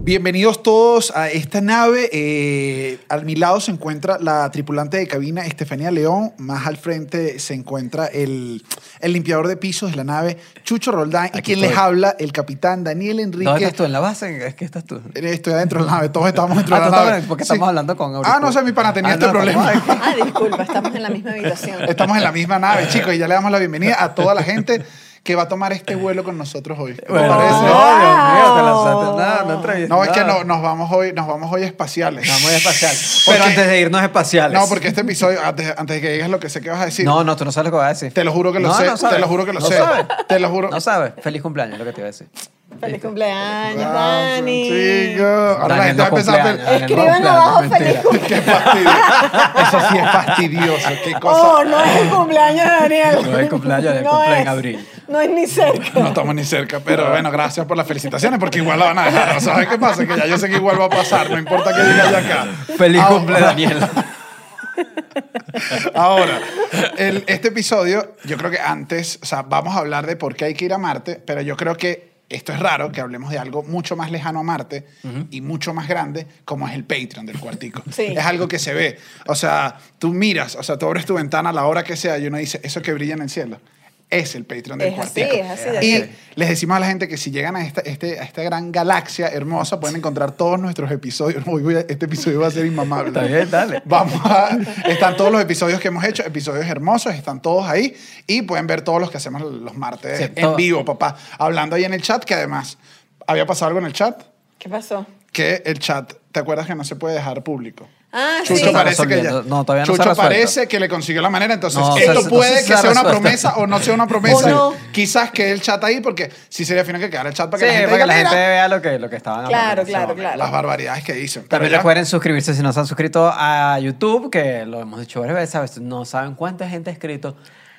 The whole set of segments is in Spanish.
Bienvenidos todos a esta nave. Eh, a mi lado se encuentra la tripulante de cabina Estefanía León. Más al frente se encuentra el, el limpiador de pisos de la nave Chucho Roldán. y Aquí quien estoy. les habla, el capitán Daniel Enrique. ¿Dónde estás tú? ¿En la base? Es que estás tú. Eh, Estoy adentro de la nave, todos estamos dentro Ah, de la tú estás nave. adentro, porque estamos hablando con Ah, no auricular. sé, mi pana tenía Ah, este no, problema. Ah, disculpa, estamos en la misma habitación. Estamos en la misma nave, chicos, y ya le damos la bienvenida a toda la gente que va a tomar este vuelo con nosotros hoy. ¿Te Bueno, parece? no, Dios Wow. mío, te lanzaste. No, no entrevistas. No, es que no, nos vamos hoy, nos vamos hoy espaciales. Vamos a espacial. Porque- Pero antes de irnos espaciales. No, porque este episodio, antes, antes de que digas lo que sé que vas a decir, No, no, tú no sabes lo que vas a decir. te lo juro que lo No, sé, no sabes. te lo juro que lo No sé, sabes. te lo juro. No sabes. Feliz cumpleaños, lo que te iba a decir. Feliz Listo. cumpleaños, Ah, Dani. Chico, ahora la Daniel gente va a no empezar a cumpleaños, Daniel no Escriban cumpleaños, abajo, mentira. feliz cumpleaños. Qué fastidioso. Eso sí es fastidioso. Qué cosa. Oh, no es el cumpleaños de Daniel. No es el cumpleaños de Daniel, cumple en abril. No es ni cerca. No estamos ni cerca, pero bueno, gracias por las felicitaciones, porque igual la van a dejar. ¿Sabes qué pasa? Que ya yo sé que igual va a pasar, no importa que diga ya acá. Feliz Ahora- cumpleaños, Daniel. Ahora, el- este episodio, yo creo que antes, o sea, vamos a hablar de por qué hay que ir a Marte, pero yo creo que esto es raro que hablemos de algo mucho más lejano a Marte y mucho más grande, como es el Patreon del cuartico. Sí. Es algo que se ve. O sea, tú miras, o sea, tú abres tu ventana a la hora que sea y uno dice, eso que brilla en el cielo. Es el Patreon del Es así, cuartico. es así, Y Daniel. les decimos a la gente que si llegan a esta, este, a esta gran galaxia hermosa, pueden encontrar todos nuestros episodios. Hoy voy a- este episodio va a ser inmamable. Está bien, dale. Vamos a, están todos los episodios que hemos hecho, episodios hermosos, están todos ahí y pueden ver todos los que hacemos los martes Sí, en todo. vivo, papá. Hablando ahí en el chat, que además había pasado algo en el chat, ¿Qué pasó? que el chat, ¿te acuerdas que no se puede dejar público? Ah, Chucho sí. parece que ya- resolviendo. No, todavía no se Chucho ha resuelto. parece que le consiguió la manera, entonces No, o sea, esto se- puede no sé si que se ha sea una resuelto. promesa o no sea una promesa. O no. Quizás que el chat ahí, porque sí sería final que quedara el chat para Sí, que la gente para que diga, "Mira, la gente vea lo que, lo que estaban hablando. Claro, en ese claro, momento. claro. las barbaridades que dicen. Pero También ya- recuerden suscribirse si no se han suscrito a YouTube, que lo hemos dicho varias veces, a veces no saben cuánta gente ha escrito.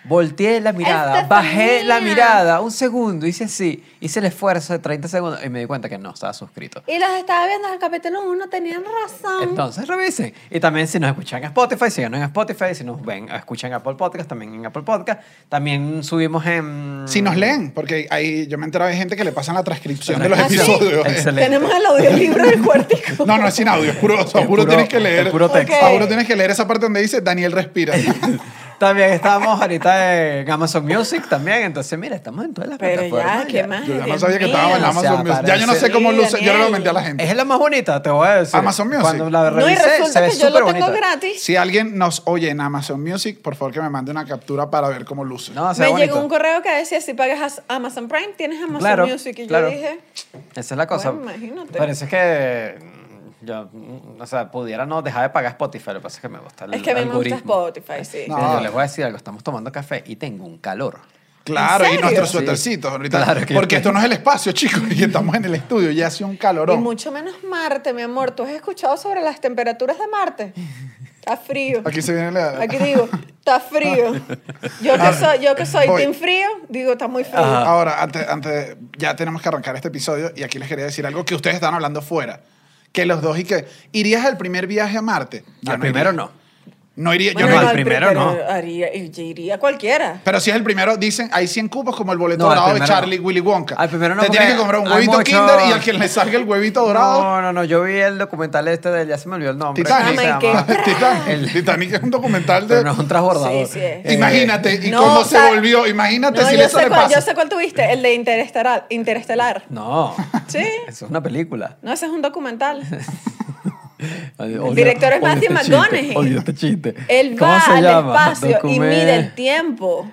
Volteé Este la mirada, Estefanía. bajé la mirada un segundo, hice así, hice el esfuerzo de 30 segundos y me di cuenta que no estaba suscrito. Y los estaba viendo en el capítulo 1, tenían razón. Entonces revisen. Y también si nos escuchan en Spotify, síganos en Spotify, si nos ven, escuchan en Apple Podcast, también en Apple Podcast. También subimos en... Si nos leen, porque ahí yo me entero de gente que le pasan la transcripción de los ¿Ah, sí? episodios. Excelente. Tenemos el audiolibro del cuartico. No, no es sin audio, es puro, o sea, Es puro puro- tienes que es leer. puro texto. A Ok. puro tienes que leer esa parte donde dice Daniel respira. También estamos ahorita en Amazon Music también. Entonces, mira, estamos en todas las Pero plataformas. ya, ¿qué más? Yo ya no Dios sabía que estaba en mío. O sea, Amazon Music. Ya yo no sé parece- cómo Sí, luce. Yo no lo Daniel. menté a la gente. Es la más bonita, te voy a decir. Amazon Music. Cuando la No, y revisé, se resulta ve que yo súper lo tengo bonita. gratis. Si alguien nos oye en Amazon Music, por favor que me mande una captura para ver cómo luce. No, se Me ve llegó bonito. un correo que decía, si pagas a- Amazon Prime, tienes Amazon Claro, Music. Y claro. yo dije, Esa es la cosa. Bueno, imagínate. Parece que mm, yo, mm, o sea, pudiera no dejar de pagar Spotify, lo que pasa es que me gusta el es que a mí me gusta algoritmo. Spotify, sí. No. Mira, yo les voy a decir algo, estamos tomando café y tengo un calor. Claro, ¿En y serio? nuestros Sí. suétercitos ahorita. Claro que- porque esto no es el espacio, chicos, y estamos en el estudio y hace un Y calorón. mucho menos Marte, mi amor. ¿Tú has escuchado sobre las temperaturas de Marte? Está frío. Aquí se viene la... Aquí digo, está frío. Yo que soy, yo que soy Ah, Voy. team frío, digo, está muy frío. Ajá. Ahora, antes, antes, ya tenemos que arrancar este episodio y aquí les quería decir algo que ustedes están hablando fuera. Que los dos y que... ¿Irías al primer viaje a Marte? Yo Al primero iría. no. No iría. Bueno, yo no al al primero pero no. Haría, yo iría a cualquiera. Pero si es el primero, dicen, hay 100 cupos como el boleto No, al dorado de primero Charlie no. Willy Wonka. Al primero no, Te tienes porque que comprar un hay huevito mucho- Kinder y al quien le salga el huevito dorado, No, no, no, yo vi el documental este de, ya se me olvidó el nombre. Titanic. ¿cómo se Ay, qué llama? Titanic. El- Titanic es un documental Pero de... no es un transbordador. Sí, sí es. Eh, Imagínate, y No, cómo o sea, se volvió. Imagínate No, si yo eso sé, le cuál, yo pasa. sé cuál tuviste, el de Interestelar. Interestelar. No. Sí. Eso es una película. No, ese es un documental. Odio- director es odio Matthew este chiste, McConaughey. Odio este chiste. Él ¿Cómo va se al llama? espacio y Documen- mide el tiempo.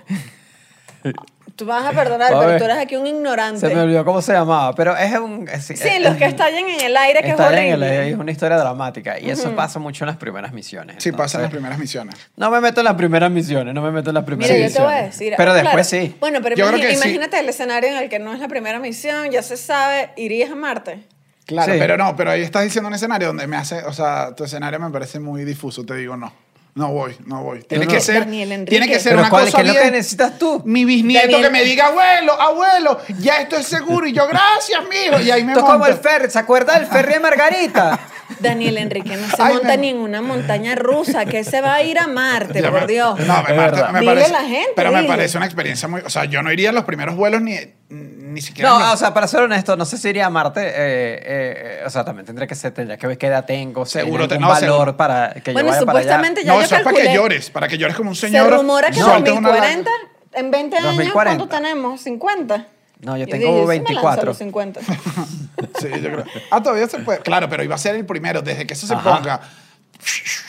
Tú vas a perdonar, A pero ver. tú eres aquí un ignorante. Se me olvidó cómo se llamaba, pero es un... es- Sí, es- los que estallan en el aire, que es Estallan en el- horrible. es una historia dramática y eso pasa mucho en las primeras misiones. Sí, pasa en las entonces- primeras misiones. No me meto en las primeras misiones, no me meto en las primeras Mira, yo te misiones. voy a decir. ah, Pero claro, después sí. Bueno, pero Yo creo imagi- que sí. imagínate el escenario en el que no es la primera misión, ya se sabe, irías a Marte. Claro, Sí. pero no, pero ahí estás diciendo un escenario donde me hace, o sea, tu escenario me parece muy difuso, te digo, no. No voy, no voy. Tiene No, que no. ser, Daniel Enrique. tiene que ser Pero una ¿cuál- cosa qué es lo que bien. necesitas tú? Mi bisnieto Daniel- que me diga, abuelo, abuelo, ya esto es seguro y yo gracias, mijo, y ahí me Esto es como monto. el ferry, ¿se acuerda del ferry de Margarita? Daniel Enrique no se Ay, monta me- ni en una montaña rusa, que se va a ir a Marte, Ya por me- No, Dios. me, Es Marte- verdad. me Dile parece. a la gente, pero me dile. parece una experiencia muy. O sea, yo no iría a los primeros vuelos ni, ni ni siquiera. No, me- ah, o sea, para ser honesto, no sé si iría a Marte. eh, eh, eh, o sea, también tendría que ser, tendría que ver qué edad tengo, si hay Seguro te- algún no, valor seguro. para que yo Bueno, vaya supuestamente ya no, yo eso es para que calculé. llores, para que llores como un Se señor. rumora que en sueltes una lana. 2040, en 20 años, 2040. ¿cuánto tenemos? ¿50? No, yo tengo dije, sí me lanzo 24. a los 50. Sí, yo creo. Ah, todavía se puede. Claro, pero iba a ser el primero, desde que eso se Ajá. ponga.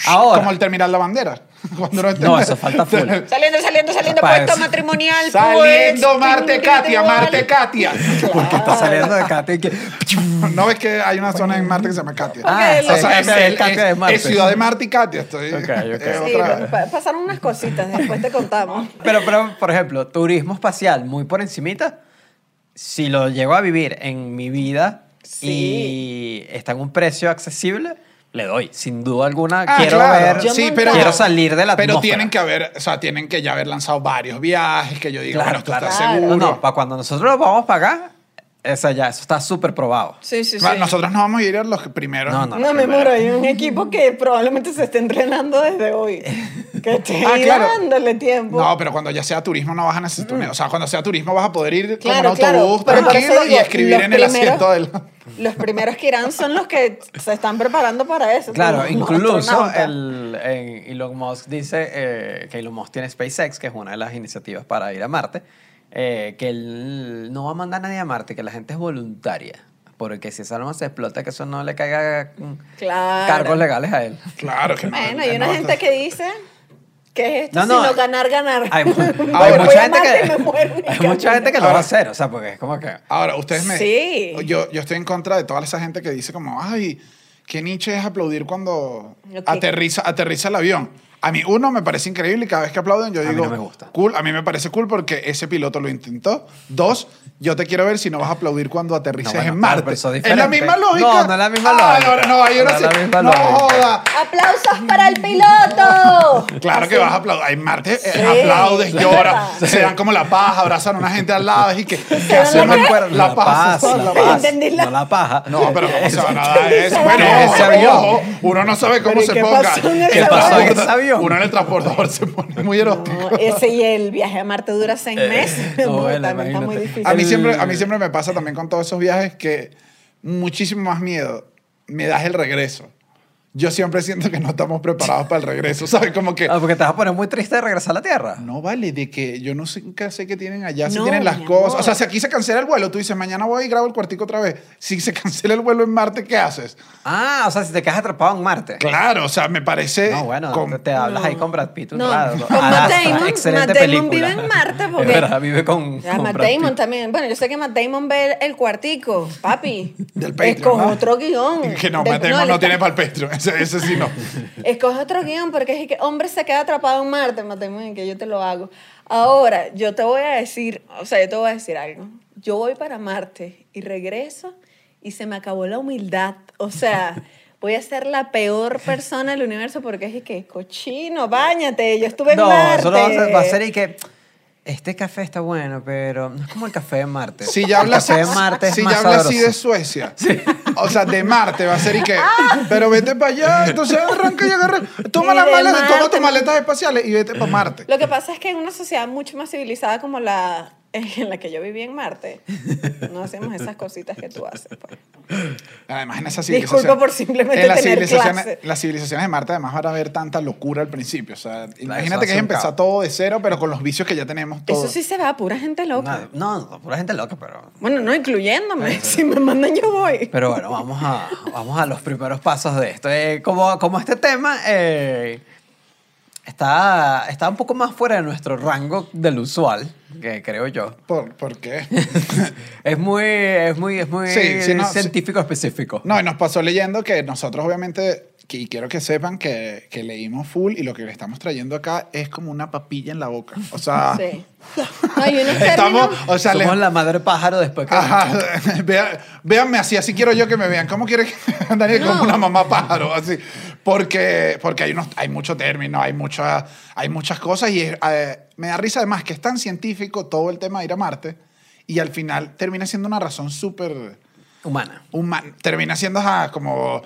Ahora. Como el terminar la bandera. Cuando uno No, eso esté- falta full. saliendo, saliendo, saliendo, Para puesto eso. matrimonial. Saliendo pues, Marte Katia, individual. Marte Katia. Porque Ah. está saliendo de Katia y que... No ves que hay una zona en Marte que se llama Katia. Ah, Ok, sí, o sea, es, Katia, el- Katia de es- Marte. es Ciudad de Marte y Katia. Estoy, Ok, ok. es Sí, otra- pa- pasaron unas cositas, después te contamos. Pero, pero, por ejemplo, turismo espacial muy por encimita, si lo llego a vivir en mi vida Sí. y está en un precio accesible, le doy, sin duda alguna. Ah, quiero claro. ver... Yo sí, montado. pero, Quiero salir de la Pero atmósfera. tienen que haber, o sea, tienen que ya haber lanzado varios viajes, que yo diga, Claro, bueno, esto claro. está Claro. seguro. No, para cuando nosotros lo vamos a pagar, esa ya, eso está súper probado. Sí, sí, sí. Bueno, Nosotros no vamos a ir a los primeros. No, no. No, mi amor, hay un equipo que probablemente se esté entrenando desde hoy. Que esté Ah, claro. dándole tiempo. No, pero cuando ya sea turismo no vas a necesitar. un- O sea, cuando sea turismo vas a poder ir con un Claro, claro, autobús pero por tranquilo eso digo, y escribir los en el primeros- asiento del. Los primeros que irán son los que se están preparando para eso. Claro, los incluso astronautas. el, en Elon Musk dice eh, que Elon Musk tiene SpaceX, que es una de las iniciativas para ir a Marte, eh, que él no va a mandar a nadie a Marte, que la gente es voluntaria. Porque si esa arma se explota, que eso no le caiga mm, Claro. cargos legales a él. Claro que no. Bueno, hay que una no, gente que dice que es esto Ah, No, no, sino hay- ganar, ganar. Hay, mu- hay Ahora, voy mucha a gente Marte y que, me muero en hay mi mucha gente que lo Ahora- va a hacer, o sea, porque es como que... Ahora, ustedes me. Sí. Yo, yo estoy en contra de toda esa gente que dice, como, ay, que Nietzsche es aplaudir cuando Ok. aterriza, aterriza el avión. A mí, uno, me parece increíble y cada vez que aplauden, yo A mí digo, no me gusta. cool, a mí me parece cool porque ese piloto lo intentó. Dos, yo te quiero ver si no vas a aplaudir cuando aterrices No, bueno, en claro, Marte. pero eso es es la diferente. misma lógica. No, no es la misma Ay, lógica. ahora no, ahora No es la sí. misma no lógica. joda. ¡Aplausos para el piloto! Claro que Así. vas a aplaudir. Hay Marte, eh, Sí, aplaudes, claro. lloras, se dan como la paja, abrazan a una gente al lado. Y que, ¿qué No hacemos? me acuerdo, La paja. paz, la la paja. paz, Entendí la- no la paja. No, pero ¿cómo se van a dar eso? Ese Bueno, avión. ojo, Ese avión. ojo, uno no sabe cómo Pero, ¿y se qué ponga. pasó en ese ¿Qué pasó en transporta- ese avión? Uno en el transportador se pone muy erótico. No, ese y el viaje a Marte dura seis meses. Eh, no, porque bueno, también está muy imagínate. difícil. A mí, El- siempre, a mí siempre me pasa también con todos esos viajes que muchísimo más miedo me das el regreso. Yo siempre siento que no estamos preparados para el regreso, ¿sabes? Como que... Ah, porque te vas a poner muy triste de regresar a la Tierra. No vale, de que yo no sé, nunca sé qué tienen allá, si No, tienen las mi cosas. amor. O sea, si aquí se cancela el vuelo, tú dices, mañana voy y grabo el cuartico otra vez. Si se cancela el vuelo en Marte, ¿qué haces? Ah, o sea, si te quedas atrapado en Marte. Claro, o sea, me parece... No, bueno, com- te, te hablas ahí con Brad Pitt. un No, rato. con Matt Adastra, Damon, Matt excelente Damon película. vive en Marte, porque- Es verdad, vive con, Ah, con Matt Brad Damon Pitt. también. Bueno, yo sé que Matt Damon ve el cuartico, papi. Del Patreon, Escoge ¿no? otro guión. Que no, De- Mateo no, le- tiene para el Patreon. Ese, ese sí no. Escoge otro guión porque es que hombre se queda atrapado en Marte, Matt Damon, que yo te lo hago. Ahora, yo te voy a decir, o sea, yo te voy a decir algo. Yo voy para Marte y regreso y se me acabó la humildad. O sea, voy a ser la peor persona del universo porque es que cochino, báñate, yo estuve en No, Marte. eso lo va a hacer, va a ser y que... Este café está bueno, pero no es como el café de Marte. Si ya hablas, el café de Marte es si más ya hablas así sabroso. de Suecia, o sea, de Marte va a ser y que, pero vete para allá, entonces arranca y agarra, toma Ah. Y las de maletas, toma Marte, tus maletas espaciales y vete para Marte. Lo que pasa es que en una sociedad mucho más civilizada como la en la que yo viví en Marte, no hacemos esas cositas que tú haces. pues. Además, en esas Disculpa civilizaciones- por simplemente en las tener civilizaciones, clase. las civilizaciones de Marte, además, van a haber tanta locura al principio. O sea, eso imagínate hace que es un empezar caos. todo de cero, pero con los vicios que ya tenemos todos. Eso sí se va, pura gente loca. No, no, no, pura gente loca, pero... Bueno, no incluyéndome. Si me mandan, yo voy. Pero bueno, vamos a, vamos a los primeros pasos de esto. Eh, como, como este tema eh, está, está un poco más fuera de nuestro rango del usual, que creo yo. ¿Por, por qué? Es muy, es muy, es muy Sí, sí, no, sí. científico específico. No, y nos pasó leyendo que nosotros obviamente, que- y quiero que sepan que, que leímos full y lo que le estamos trayendo acá es como una papilla en la boca. O sea, Sí. No, y unos Ah. estamos, términos- o sea, les- Somos la madre pájaro después que... Ajá, vea- véanme así, así quiero yo que me vean. ¿Cómo quieres que Daniel No. como una mamá pájaro? Así. Porque, porque hay, unos, hay mucho término, hay, mucha, hay muchas cosas y es, eh, me da risa además que es tan científico todo el tema de ir a Marte y al final termina siendo una razón súper humana. humana. Termina siendo ajá, como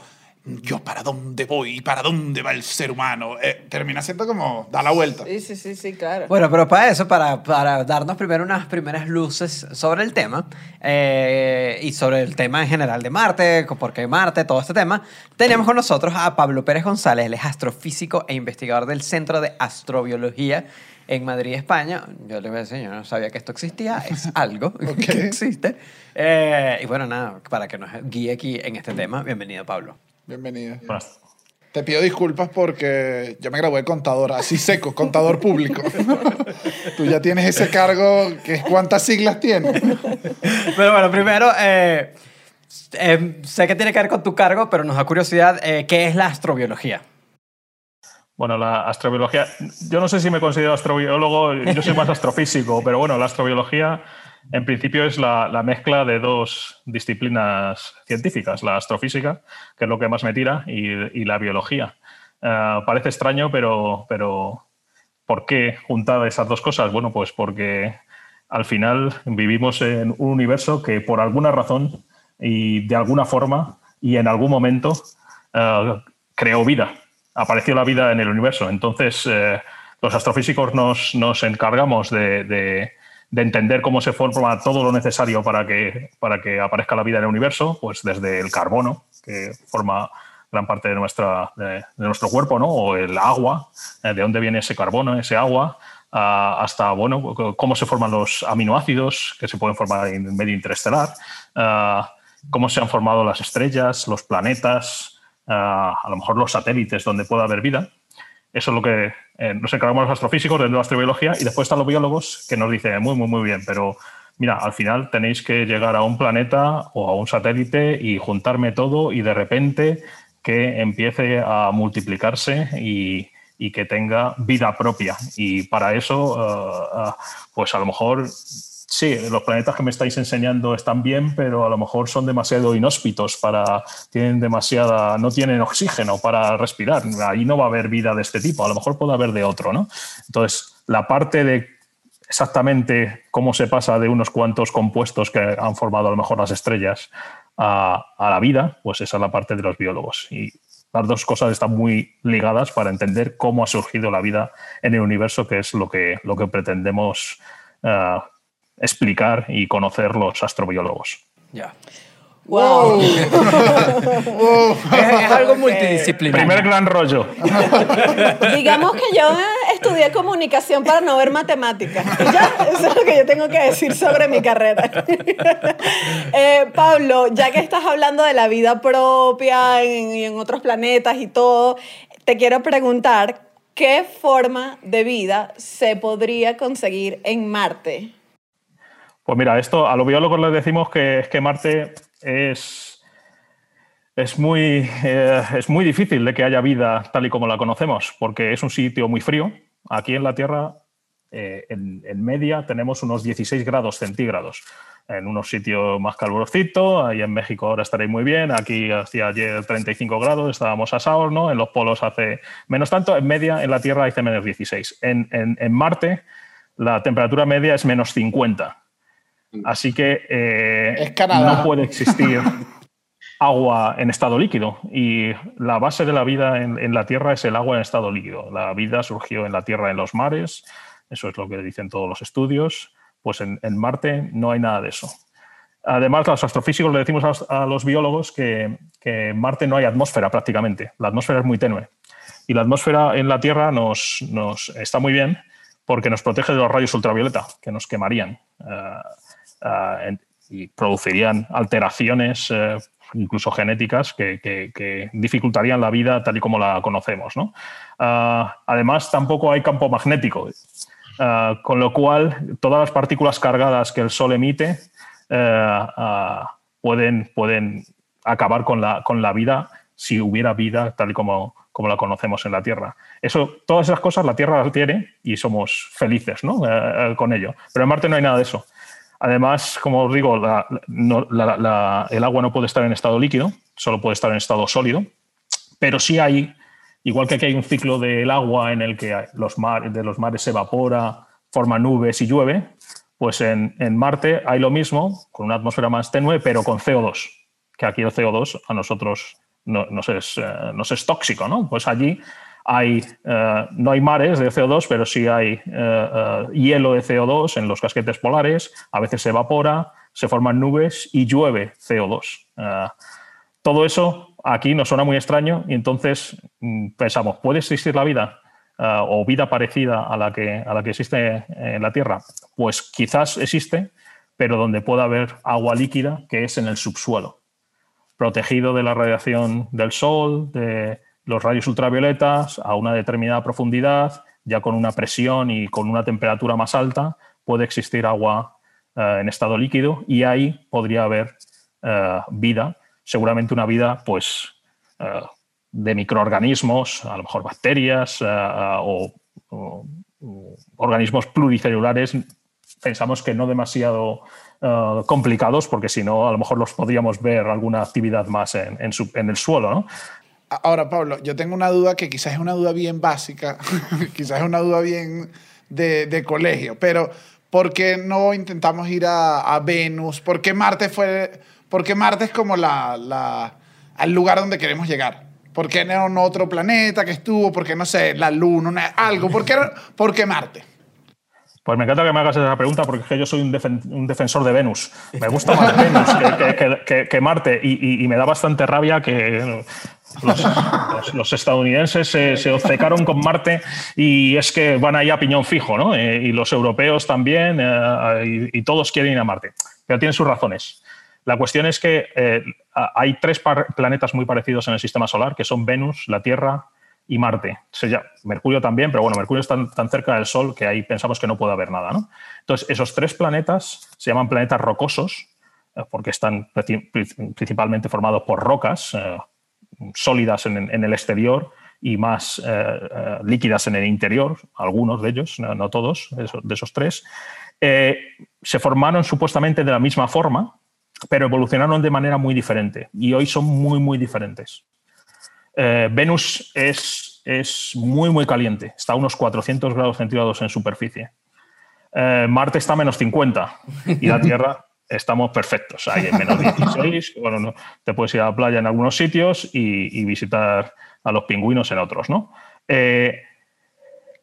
yo para dónde voy, para dónde va el ser humano. Eh, termina siendo como, da la vuelta. Sí, sí, sí, sí, claro. Bueno, pero para eso, para, para darnos primero unas primeras luces sobre el tema eh, y sobre el tema en general de Marte, co- por qué Marte, todo este tema, tenemos con nosotros a Pablo Pérez González, él es astrofísico e investigador del Centro de Astrobiología en Madrid, España. Yo le voy a decir, yo no sabía que esto existía, es algo Ok. que existe. Eh, y bueno, nada, para que nos guíe aquí en este tema, bienvenido Pablo. Bienvenida. Buenas. Te pido disculpas porque yo me gradué de contador, así seco, contador público. Tú ya tienes ese cargo, que es cuántas siglas tienes. Pero bueno, primero, eh, eh, sé que tiene que ver con tu cargo, pero nos da curiosidad, eh, ¿qué es la astrobiología? Bueno, la astrobiología, yo no sé si me considero astrobiólogo, yo soy más astrofísico, pero bueno, la astrobiología en principio es la, la mezcla de dos disciplinas científicas, la astrofísica, que es lo que más me tira, y, y la biología. Eh, parece extraño, pero, pero ¿por qué juntar esas dos cosas? Bueno, pues porque al final vivimos en un universo que por alguna razón y de alguna forma y en algún momento eh, creó vida, apareció la vida en el universo. Entonces, eh, los astrofísicos nos, nos encargamos de, de- de entender cómo se forma todo lo necesario para que, para que aparezca la vida en el universo, pues desde el carbono, que forma gran parte de, nuestra, de, de nuestro cuerpo, ¿no? O el agua, eh, de dónde viene ese carbono, ese agua, ah, hasta, bueno, c- cómo se forman los aminoácidos que se pueden formar en medio interestelar, ah, cómo se han formado las estrellas, los planetas, ah, a lo mejor los satélites donde pueda haber vida. Eso es lo que eh, nos encargamos los astrofísicos dentro de la astrobiología y después están los biólogos que nos dicen muy, muy, muy bien, pero mira, al final tenéis que llegar a un planeta o a un satélite y juntarme todo y de repente que empiece a multiplicarse y, y que tenga vida propia. Y para eso, eh, ah, pues a lo mejor sí, los planetas que me estáis enseñando están bien, pero a lo mejor son demasiado inhóspitos para tienen demasiada no tienen oxígeno para respirar. Ahí no va a haber vida de este tipo, a lo mejor puede haber de otro, ¿no? Entonces, la parte de exactamente cómo se pasa de unos cuantos compuestos que han formado a lo mejor las estrellas a, a la vida, pues esa es la parte de los biólogos. Y las dos cosas están muy ligadas para entender cómo ha surgido la vida en el universo, que es lo que, lo que pretendemos ah, explicar y conocer los astrobiólogos. Ya. Wow. Es, es algo Ok. Primer multidisciplinario. gran rollo. Digamos que yo eh, estudié comunicación para no ver matemáticas. Y Ya, eso es lo que yo tengo que decir sobre mi carrera. Eh, Pablo, ya que estás hablando de la vida propia en, y en otros planetas y todo, te quiero preguntar, ¿qué forma de vida se podría conseguir en Marte? Pues mira, esto a los biólogos les decimos que es que Marte es, es, muy, eh, es muy difícil de que haya vida tal y como la conocemos, porque es un sitio muy frío. Aquí en la Tierra, eh, en, en media, tenemos unos 16 grados centígrados. En unos sitios más calurosito, ahí en México ahora estaréis muy bien, aquí hacía ayer 35 grados, estábamos asados, ¿no? En los polos hace menos tanto, en media en la Tierra hace menos 16. En, en- en Marte la temperatura media es menos 50. Así que eh, Es Canadá. no puede existir agua en estado líquido. Y la base de la vida en, en la Tierra es el agua en estado líquido. La vida surgió en la Tierra, en los mares. Eso es lo que dicen todos los estudios. Pues en, en Marte no hay nada de eso. Además, los astrofísicos le decimos a los- a, los biólogos que, que en Marte no hay atmósfera prácticamente. La atmósfera es muy tenue. Y la atmósfera en la Tierra nos, nos está muy bien porque nos protege de los rayos ultravioleta que nos quemarían eh, eh, en- y producirían alteraciones, eh, incluso genéticas, que, que- que dificultarían la vida tal y como la conocemos. ¿no? Ah, además, tampoco hay campo magnético. Ah, con lo cual todas las partículas cargadas que el Sol emite eh, ah, pueden, pueden acabar con la, con la vida si hubiera vida tal y como, como la conocemos en la Tierra. Eso, todas esas cosas la Tierra las tiene y somos felices ¿no? Eh, eh, con ello. Pero en Marte no hay nada de eso. Además, como os digo, la- la- no- la- la- el agua no puede estar en estado líquido, solo puede estar en estado sólido pero sí hay, igual que aquí hay un ciclo del agua en el que los mar- de los mares se evapora, forma nubes y llueve, pues en, en Marte hay lo mismo, con una atmósfera más tenue, pero con CO2, que aquí el CO2 a nosotros no, nos es, eh, nos es tóxico, ¿no? Pues allí hay, eh, no hay mares de CO2, pero sí hay eh, eh, hielo de CO2 en los casquetes polares, a veces se evapora, se forman nubes y llueve CO2. Eh, todo eso aquí nos suena muy extraño y entonces mm, pensamos, ¿puede existir la vida eh, o vida parecida a la que, a la que existe en la Tierra? Pues quizás existe, pero donde pueda haber agua líquida, que es en el subsuelo protegido de la radiación del sol, de los rayos ultravioletas, a una determinada profundidad, ya con una presión y con una temperatura más alta, puede existir agua eh, en estado líquido y ahí podría haber eh, vida, seguramente una vida pues eh, de microorganismos, a lo mejor bacterias eh, o, o- o organismos pluricelulares, pensamos que no demasiado eh, complicados, porque si no, a lo mejor los podríamos ver alguna actividad más en, en su- en el suelo, ¿no? Ahora, Pablo, yo tengo una duda que quizás es una duda bien básica, quizás es una duda bien de, de colegio, pero ¿por qué no intentamos ir a, a Venus? ¿Por qué Marte fue, por qué Marte es como la, la, al lugar donde queremos llegar? ¿Por qué no no otro planeta que estuvo? ¿Por qué no sé, la Luna, una- algo? ¿Por qué, por qué Marte? Pues me encanta que me hagas esa pregunta porque es que yo soy un, defen- un defensor de Venus. Me gusta más Venus que, que- que- que Marte y, y- y me da bastante rabia que los, los- los estadounidenses se, se obcecaron con Marte y es que van ahí a piñón fijo, ¿no? Eh, y los europeos también eh, y, y todos quieren ir a Marte. Pero tienen sus razones. La cuestión es que eh, a- hay tres par- planetas muy parecidos en el sistema solar, que son Venus, la Tierra y Marte. Se llama- Mercurio también, pero bueno, Mercurio está tan, tan cerca del Sol que ahí pensamos que no puede haber nada. ¿no? Entonces, esos tres planetas se llaman planetas rocosos, eh, porque están preci- pri- principalmente formados por rocas eh, sólidas en, en el exterior y más eh, eh, líquidas en el interior, algunos de ellos, no, no todos, de esos, de esos tres. Eh, se formaron supuestamente de la misma forma, pero evolucionaron de manera muy diferente y hoy son muy, muy diferentes. Eh, Venus es, es muy, muy caliente. Está a unos 400 grados centígrados en superficie. Eh, Marte está a menos 50 y la Tierra estamos perfectos. Ahí en menos 16. Bueno, no, te puedes ir a la playa en algunos sitios y, y visitar a los pingüinos en otros, ¿no? Eh,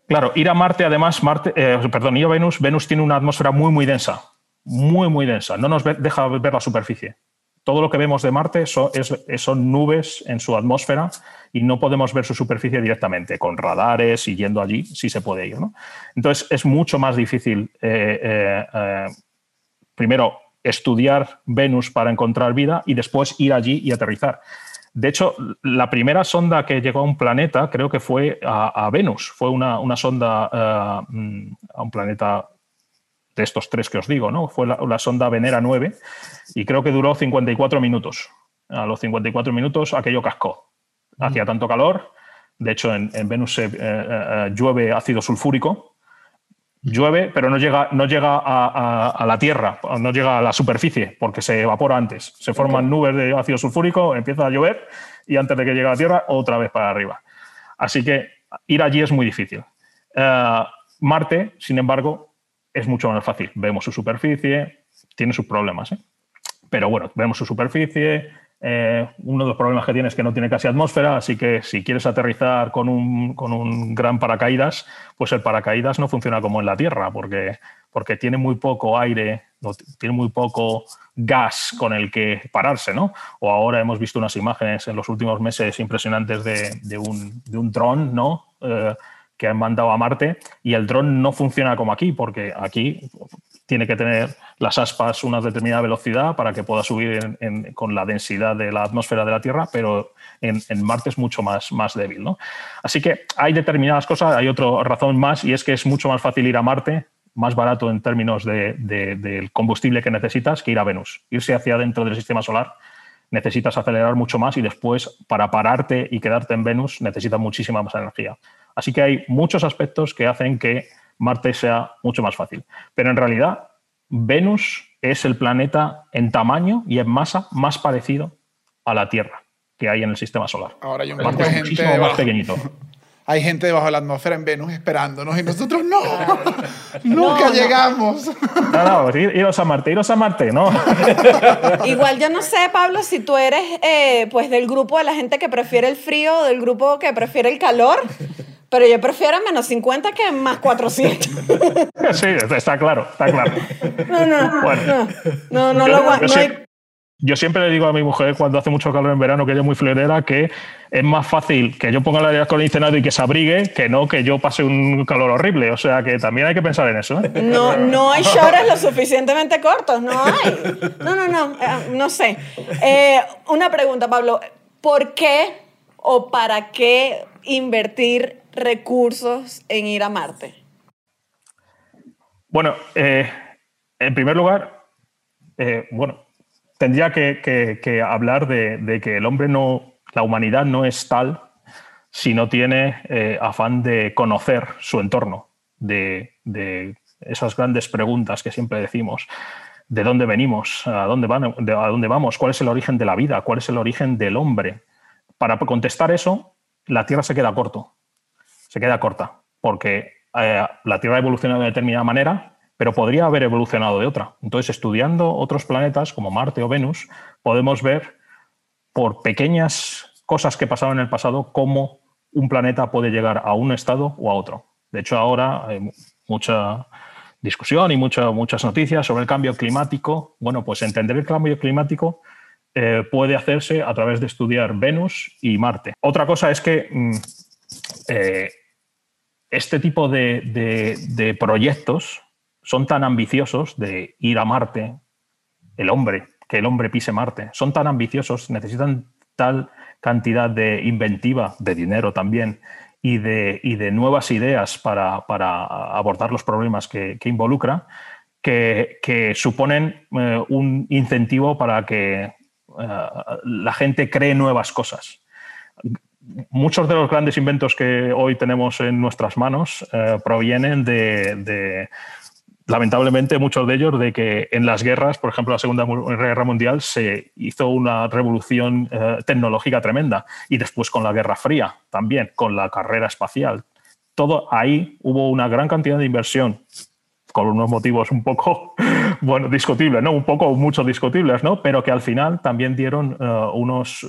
Claro, ir a Marte, además, Marte, eh, perdón, ir a Venus, Venus tiene una atmósfera muy, muy densa, muy, muy densa, no nos ve- deja ver la superficie. Todo lo que vemos de Marte so- es- es- son nubes en su atmósfera y no podemos ver su superficie directamente, con radares y yendo allí, sí se puede ir. ¿no? Entonces, es mucho más difícil eh, eh, eh, primero estudiar Venus para encontrar vida y después ir allí y aterrizar. De hecho, la primera sonda que llegó a un planeta creo que fue a, a Venus. Fue una, una sonda eh, mm, a un planeta de estos tres que os digo, ¿no? Fue la, la sonda Venera 9 y creo que duró 54 minutos. A los 54 minutos aquello cascó. Hacía tanto calor. De hecho, en, en Venus se, eh, eh, eh, llueve ácido sulfúrico, llueve, pero no llega, no llega a, a- a la tierra, no llega a la superficie, porque se evapora antes. Se forman nubes de ácido sulfúrico, empieza a llover y antes de que llegue a la tierra, otra vez para arriba. Así que ir allí es muy difícil. Eh, Marte, sin embargo, es mucho más fácil. Vemos su superficie, tiene sus problemas. ¿eh? Pero bueno, vemos su superficie. eh, uno de los problemas que tiene es que no tiene casi atmósfera, así que si quieres aterrizar con un, con un gran paracaídas, pues el paracaídas no funciona como en la Tierra, porque, porque tiene muy poco aire, no t- tiene muy poco gas con el que pararse, ¿no? O ahora hemos visto unas imágenes en los últimos meses impresionantes de, de un, de un dron, ¿no? Eh, que han mandado a Marte y el dron no funciona como aquí, porque aquí tiene que tener las aspas una determinada velocidad para que pueda subir en- en- con la densidad de la atmósfera de la Tierra, pero en, en Marte es mucho más, más débil. ¿no? Así que hay determinadas cosas, hay otra razón más, y es que es mucho más fácil ir a Marte, más barato en términos de- de- del combustible que necesitas, que ir a Venus. Irse hacia adentro del sistema solar necesitas acelerar mucho más y después para pararte y quedarte en Venus necesitas muchísima más energía. Así que hay muchos aspectos que hacen que Marte sea mucho más fácil. Pero en realidad Venus es el planeta en tamaño y en masa más parecido a la Tierra que hay en el sistema solar. Ahora hay un Marte grupo de es Ah, gente muchísimo más debajo. pequeñito. hay gente debajo de la atmósfera en Venus esperándonos y nosotros no, nunca llegamos. No, no, pues ir- iros a Marte, iros a Marte, ¿no? Igual yo no sé, Pablo, si tú eres eh, pues del grupo de la gente que prefiere el frío o del grupo que prefiere el calor, pero yo prefiero menos 50 que más 400. Sí, está está claro, está claro. No, no, Bueno. no, no, no Yo- lo aguanto. yo, No sie- hay- yo siempre le digo a mi mujer cuando hace mucho calor en verano, que ella es muy florera, que es más fácil que yo ponga el aire acondicionado y que se abrigue que no que yo pase un calor horrible. O sea que también hay que pensar en eso. ¿eh? No, no hay shorts lo suficientemente cortos, no hay. No, no, no, eh, no sé. Eh, una pregunta, Pablo. ¿Por qué o para qué invertir recursos en ir a Marte? Bueno, eh, en primer lugar, eh, bueno, tendría que, que- que hablar de, de que el hombre no, la humanidad no es tal si no tiene eh, afán de conocer su entorno, de, de esas grandes preguntas que siempre decimos. ¿De dónde venimos? ¿A dónde, van- de- ¿A dónde vamos? ¿Cuál es el origen de la vida? ¿Cuál es el origen del hombre? Para contestar eso, la Tierra se queda corto se queda corta, porque eh, la Tierra ha evolucionado de determinada manera, pero podría haber evolucionado de otra. Entonces, estudiando otros planetas como Marte o Venus, podemos ver por pequeñas cosas que pasaron en el pasado cómo un planeta puede llegar a un estado o a otro. De hecho, ahora hay mu- mucha discusión y mucha- muchas noticias sobre el cambio climático. Bueno, pues entender el cambio climático eh, puede hacerse a través de estudiar Venus y Marte. Otra cosa es que mm, eh, este tipo de, de- de proyectos son tan ambiciosos de ir a Marte, el hombre, que el hombre pise Marte, son tan ambiciosos, necesitan tal cantidad de inventiva, de dinero también, y de, y de nuevas ideas para, para abordar los problemas que, que involucra, que, que suponen eh, un incentivo para que eh, la gente cree nuevas cosas muchos de los grandes inventos que hoy tenemos en nuestras manos eh, provienen de, de- lamentablemente, muchos de ellos de que en las guerras, por ejemplo, la Segunda Mu- Guerra Mundial, se hizo una revolución eh, tecnológica tremenda y después con la Guerra Fría también, con la carrera espacial. Todo ahí hubo una gran cantidad de inversión con unos motivos un poco, bueno, discutibles, ¿no? Un poco, mucho discutibles, ¿no? Pero que al final también dieron eh, unos, eh,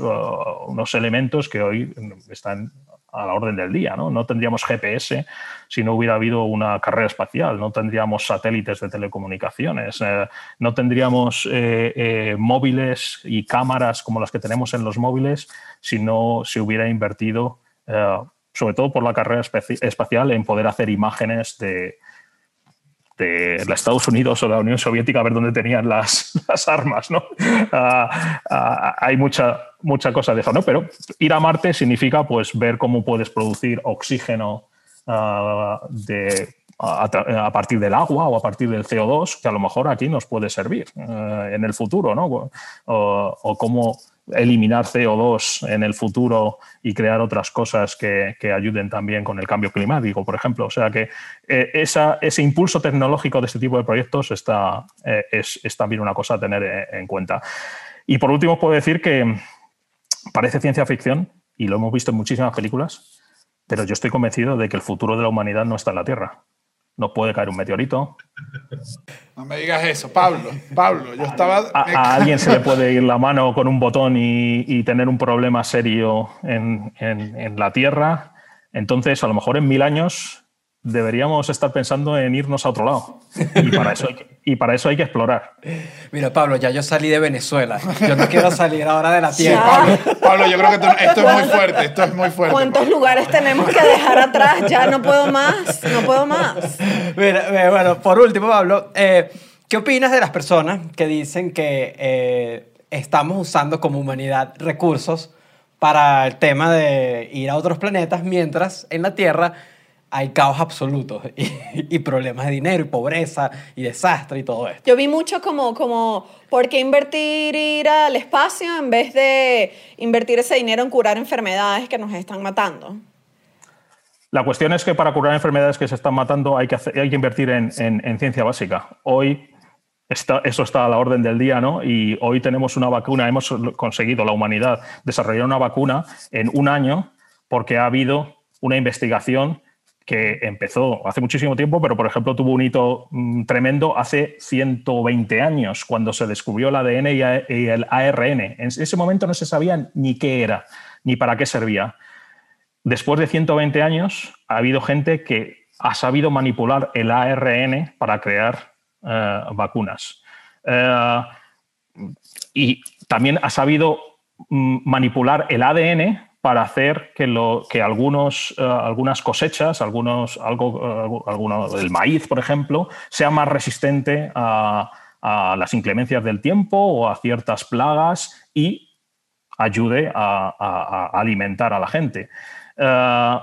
unos elementos que hoy están a la orden del día, ¿no? No tendríamos GPS si no hubiera habido una carrera espacial, no tendríamos satélites de telecomunicaciones, eh, no tendríamos eh, eh, móviles y cámaras como las que tenemos en los móviles si no se hubiera invertido, eh, sobre todo por la carrera especi- espacial, en poder hacer imágenes de, de los Estados Unidos o la Unión Soviética a ver dónde tenían las, las armas, ¿no? Ah, ah, hay mucha, mucha cosa de eso, ¿no? Pero ir a Marte significa pues ver cómo puedes producir oxígeno ah, de- a, a- a partir del agua o a partir del CO2, que a lo mejor aquí nos puede servir eh, en el futuro, ¿no? O, o cómo eliminar CO2 en el futuro y crear otras cosas que, que ayuden también con el cambio climático, por ejemplo. O sea que eh, esa- ese impulso tecnológico de este tipo de proyectos está, eh, es, es también una cosa a tener eh, en cuenta. Y por último, puedo decir que parece ciencia ficción y lo hemos visto en muchísimas películas, pero yo estoy convencido de que el futuro de la humanidad no está en la Tierra. Nos puede caer un meteorito, No me digas eso, Pablo, Pablo, yo estaba... a, a alguien se le puede ir la mano con un botón y, y tener un problema serio en, en- en la Tierra. Entonces, a lo mejor en mil años deberíamos estar pensando en irnos a otro lado. Y para eso hay que, y para eso hay que explorar. Mira, Pablo, ya yo salí de Venezuela. Yo no quiero salir ahora de la Sí, tierra. Pablo, Pablo, yo creo que tú- esto es muy fuerte, esto es muy fuerte. ¿Cuántos lugares tenemos que dejar atrás? Ya no puedo más, no puedo más. Mira, eh, bueno, por último, Pablo, eh, ¿qué opinas de las personas que dicen que eh, estamos usando como humanidad recursos para el tema de ir a otros planetas, mientras en la Tierra hay caos absoluto y, y problemas de dinero y pobreza y desastre y todo esto? Yo vi mucho como, como, ¿por qué invertir ir al espacio en vez de invertir ese dinero en curar enfermedades que nos están matando? La cuestión es que para curar enfermedades que se están matando hay que, hacer- hay que invertir en, en- en ciencia básica. Hoy está, eso está a la orden del día, ¿no? Y hoy tenemos una vacuna, hemos conseguido la humanidad desarrollar una vacuna en un año porque ha habido una investigación que empezó hace muchísimo tiempo, pero por ejemplo tuvo un hito mm, tremendo hace 120 años, cuando se descubrió el ADN y a- y el ARN. En ese momento no se sabía ni qué era, ni para qué servía. Después de 120 años, ha habido gente que ha sabido manipular el ARN para crear eh, vacunas. Eh, y también ha sabido mm, manipular el ADN para hacer que, lo, que algunos, eh, algunas cosechas, algunos, algo, eh, algo- alguno, el maíz, por ejemplo, sea más resistente a, a las inclemencias del tiempo o a ciertas plagas y ayude a, a- a alimentar a la gente. Eh,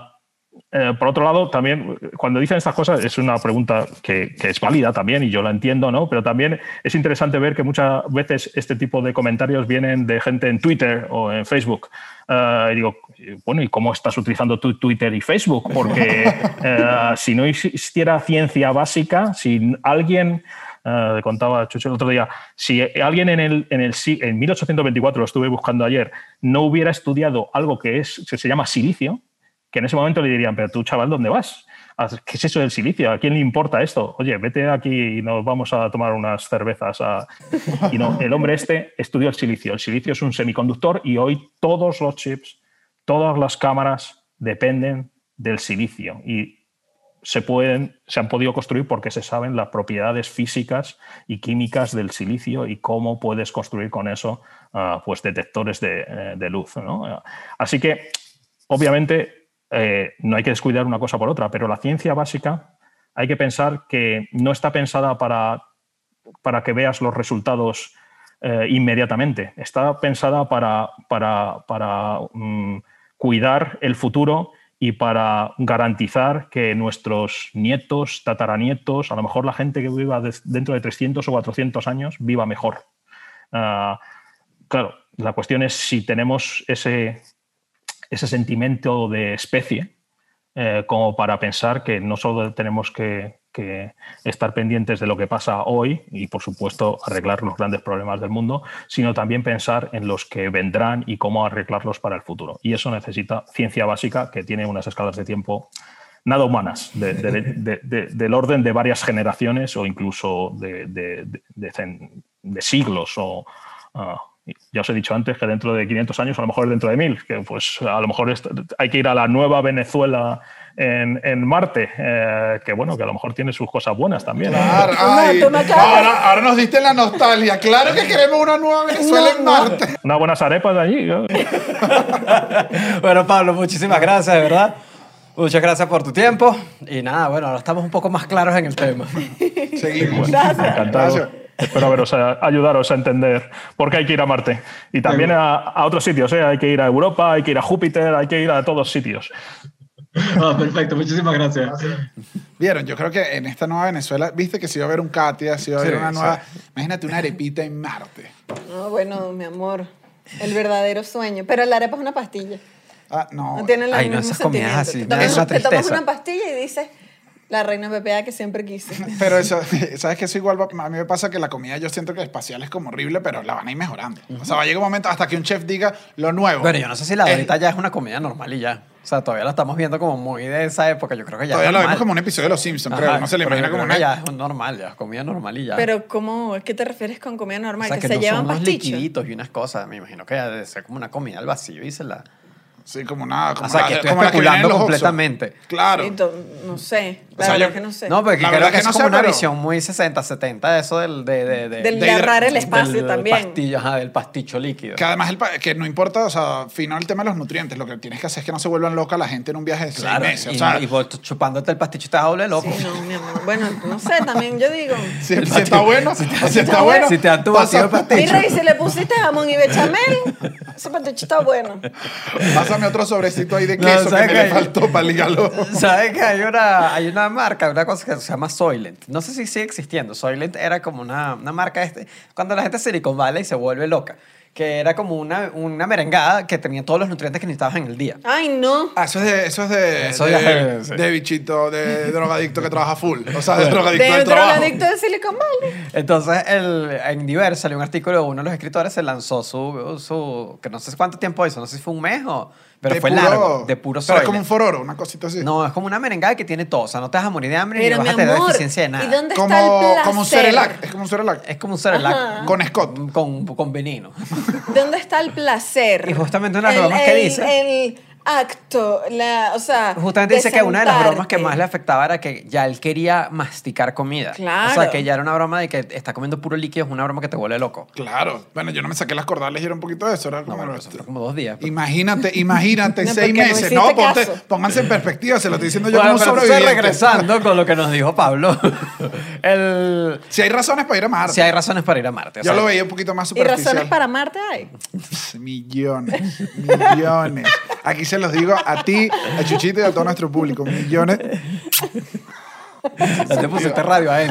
eh, por otro lado, también eh, cuando dicen estas cosas es una pregunta que, que es válida también y yo la entiendo, ¿no? Pero también es interesante ver que muchas veces este tipo de comentarios vienen de gente en Twitter o en Facebook. Eh, y digo, eh, bueno, ¿y cómo estás utilizando tu Twitter y Facebook? Porque eh, si no existiera ciencia básica, si alguien eh, le contaba a Chucho el otro día, si alguien en el, en el si- en 1824, lo estuve buscando ayer, no hubiera estudiado algo que, es, que se llama silicio, que en ese momento le dirían, pero tú, chaval, ¿dónde vas? Ah, ¿Qué es eso del silicio? ¿A quién le importa esto? Oye, vete aquí y nos vamos a tomar unas cervezas. a-". Y no, el hombre este estudió el silicio. El silicio es un semiconductor y hoy todos los chips, todas las cámaras dependen del silicio. Y se, pueden, se han podido construir porque se saben las propiedades físicas y químicas del silicio y cómo puedes construir con eso ah, pues detectores de, eh, de luz. ¿no? Así que, obviamente, eh, no hay que descuidar una cosa por otra, pero la ciencia básica hay que pensar que no está pensada para, para que veas los resultados eh, inmediatamente, está pensada para, para, para, mm, cuidar el futuro y para garantizar que nuestros nietos, tataranietos, a lo mejor la gente que viva des- dentro de 300 o 400 años, viva mejor. Ah, claro, la cuestión es si tenemos ese, ese sentimiento de especie eh, como para pensar que no solo tenemos que, que estar pendientes de lo que pasa hoy y, por supuesto, arreglar los grandes problemas del mundo, sino también pensar en los que vendrán y cómo arreglarlos para el futuro. Y eso necesita ciencia básica que tiene unas escalas de tiempo nada humanas, de- de- de- de- del orden de varias generaciones o incluso de, de- de- de cen- de siglos. O, ah, ya os he dicho antes que dentro de 500 años, a lo mejor dentro de 1000, que pues a lo mejor est- hay que ir a la nueva Venezuela en, en Marte, eh, que bueno, que a lo mejor tiene sus cosas buenas también. ¿eh? Claro, no, ay, tú me acabas- ahora, ahora nos diste la nostalgia. Claro que queremos una nueva Venezuela en Marte. Unas buenas arepas de allí. ¿eh? ¿no? Bueno, Pablo, muchísimas gracias, de verdad. Muchas gracias por tu tiempo. Y nada, bueno, ahora estamos un poco más claros en el tema. Seguimos. Encantado. Gracias. Espero haberos a- ayudaros a entender por qué hay que ir a Marte. Y también a, a otros sitios, ¿eh? Hay que ir a Europa, hay que ir a Júpiter, hay que ir a todos sitios. Ah, perfecto, muchísimas gracias. Vieron, yo creo que en esta nueva Venezuela, viste que si iba a haber un Katia, si iba a haber Sí, una nueva. Imagínate una arepita en Marte. No, bueno, mi amor, el verdadero sueño. Pero la arepa es una pastilla. Ah, no. No tienen la Ay, no, misma esas comidas así, me Te da tomas, una te tomas tristeza. una pastilla y dices, la reina BPA que siempre quise. Pero eso, sabes que eso igual va- a mí me pasa que la comida yo siento que espacial es como horrible, pero la van a ir mejorando. O sea, va a llegar un momento hasta que un chef diga lo nuevo. Bueno, yo no sé si la Es- ahorita ya es una comida normal y ya. O sea, todavía la estamos viendo como muy de esa época. Yo creo que ya Todavía es lo normal. vemos como un episodio de Los Simpsons, creo. Ajá, No se le pero imagina yo como creo que una. ya es normal, ya es comida normal y ya. Pero, ¿cómo? ¿Qué te refieres con comida normal? o sea, que, que, se no llevan son unos pastillas. liquiditos y unas cosas. Me imagino que ya debe ser como una comida al vacío y se la... Sí, como una. Como O sea, la- que estoy como la viene en especulando los Oxxo. completamente. Claro. No sé, la O sea, verdad yo- que no sé. No, porque La creo verdad que, que es no como sé, una pero- visión muy 60-70 eso Este, del... De, de, de- Del de- agarrar el espacio del también. Pastillo, ajá, del pasticho líquido. Que además el pa- que no importa, o sea, final el tema de los nutrientes. Lo que tienes que hacer es que no se vuelvan loca la gente en un viaje de seis Claro, meses. O y, sea, y vos chupándote el pasticho estás doble loco. Sí, no, mi amor. Bueno, no sé, también yo digo. si, el si batido- está bueno, si si, te- está bueno. si te dan tu pasa- batido de pastel. Mira, y si le pusiste jamón y bechamel, ese pasticho está bueno. Pásame otro sobrecito ahí de No, queso que ¿sabes me qué? le faltó para ligarlo. ¿Sabes que hay una, hay una marca, una cosa que se llama Soylent? No sé si sigue existiendo. Soylent era como una, una marca este. Cuando la gente de Silicon Valley se vuelve loca. que era como una, una merengada que tenía todos los nutrientes que necesitabas en el día. Ay, no. Ah, eso es de, eso es de, Eso de, ya es, sí. de bichito, de drogadicto que trabaja full. O sea, de drogadicto De del trabajo. drogadicto de Silicon Valley. Entonces, el, en Diver salió un artículo de uno de los escritores, se lanzó su, su que no sé cuánto tiempo hizo, no sé si fue un mes o... Pero De fue puro- largo, de Pero puro es soya. como un fororo, una cosita así. No, es como una merengada que tiene todo. O sea, no te vas a morir de hambre Pero ni mi vas a tener amor, deficiencia de nada. ¿y dónde está el Como, placer? como un cerelac. Es como un cerelac. Es como un cerelac. Ajá. Con Scott. Con, con veneno. ¿Dónde está el placer? Y justamente una de las El- bromas que el- dice- El acto, la, o sea. Justamente de dice que una de las bromas sentarte. que más le afectaba era que ya él quería masticar comida. O sea, Claro. que ya era una broma de que está comiendo puro líquido, es una broma que te vuelve loco. Claro. Bueno, yo no me saqué las cordales y era un poquito de eso. Era No, como, bueno, eso fue como dos días. Imagínate, imagínate, No, seis porque no meses. hiciste No, ponte- caso. pónganse en perspectiva, se lo estoy diciendo yo Bueno, como un pero entonces, sobreviviente. regresando con lo que nos dijo Pablo, el, Si hay razones para ir a Marte. si hay razones para ir a Marte. o yo sea, lo veía un poquito más ¿Y superficial. razones para amarte hay? Millones, millones. Aquí se los digo a ti, a Chuchito y a todo nuestro público. Millones. Ya te pusiste radio AM.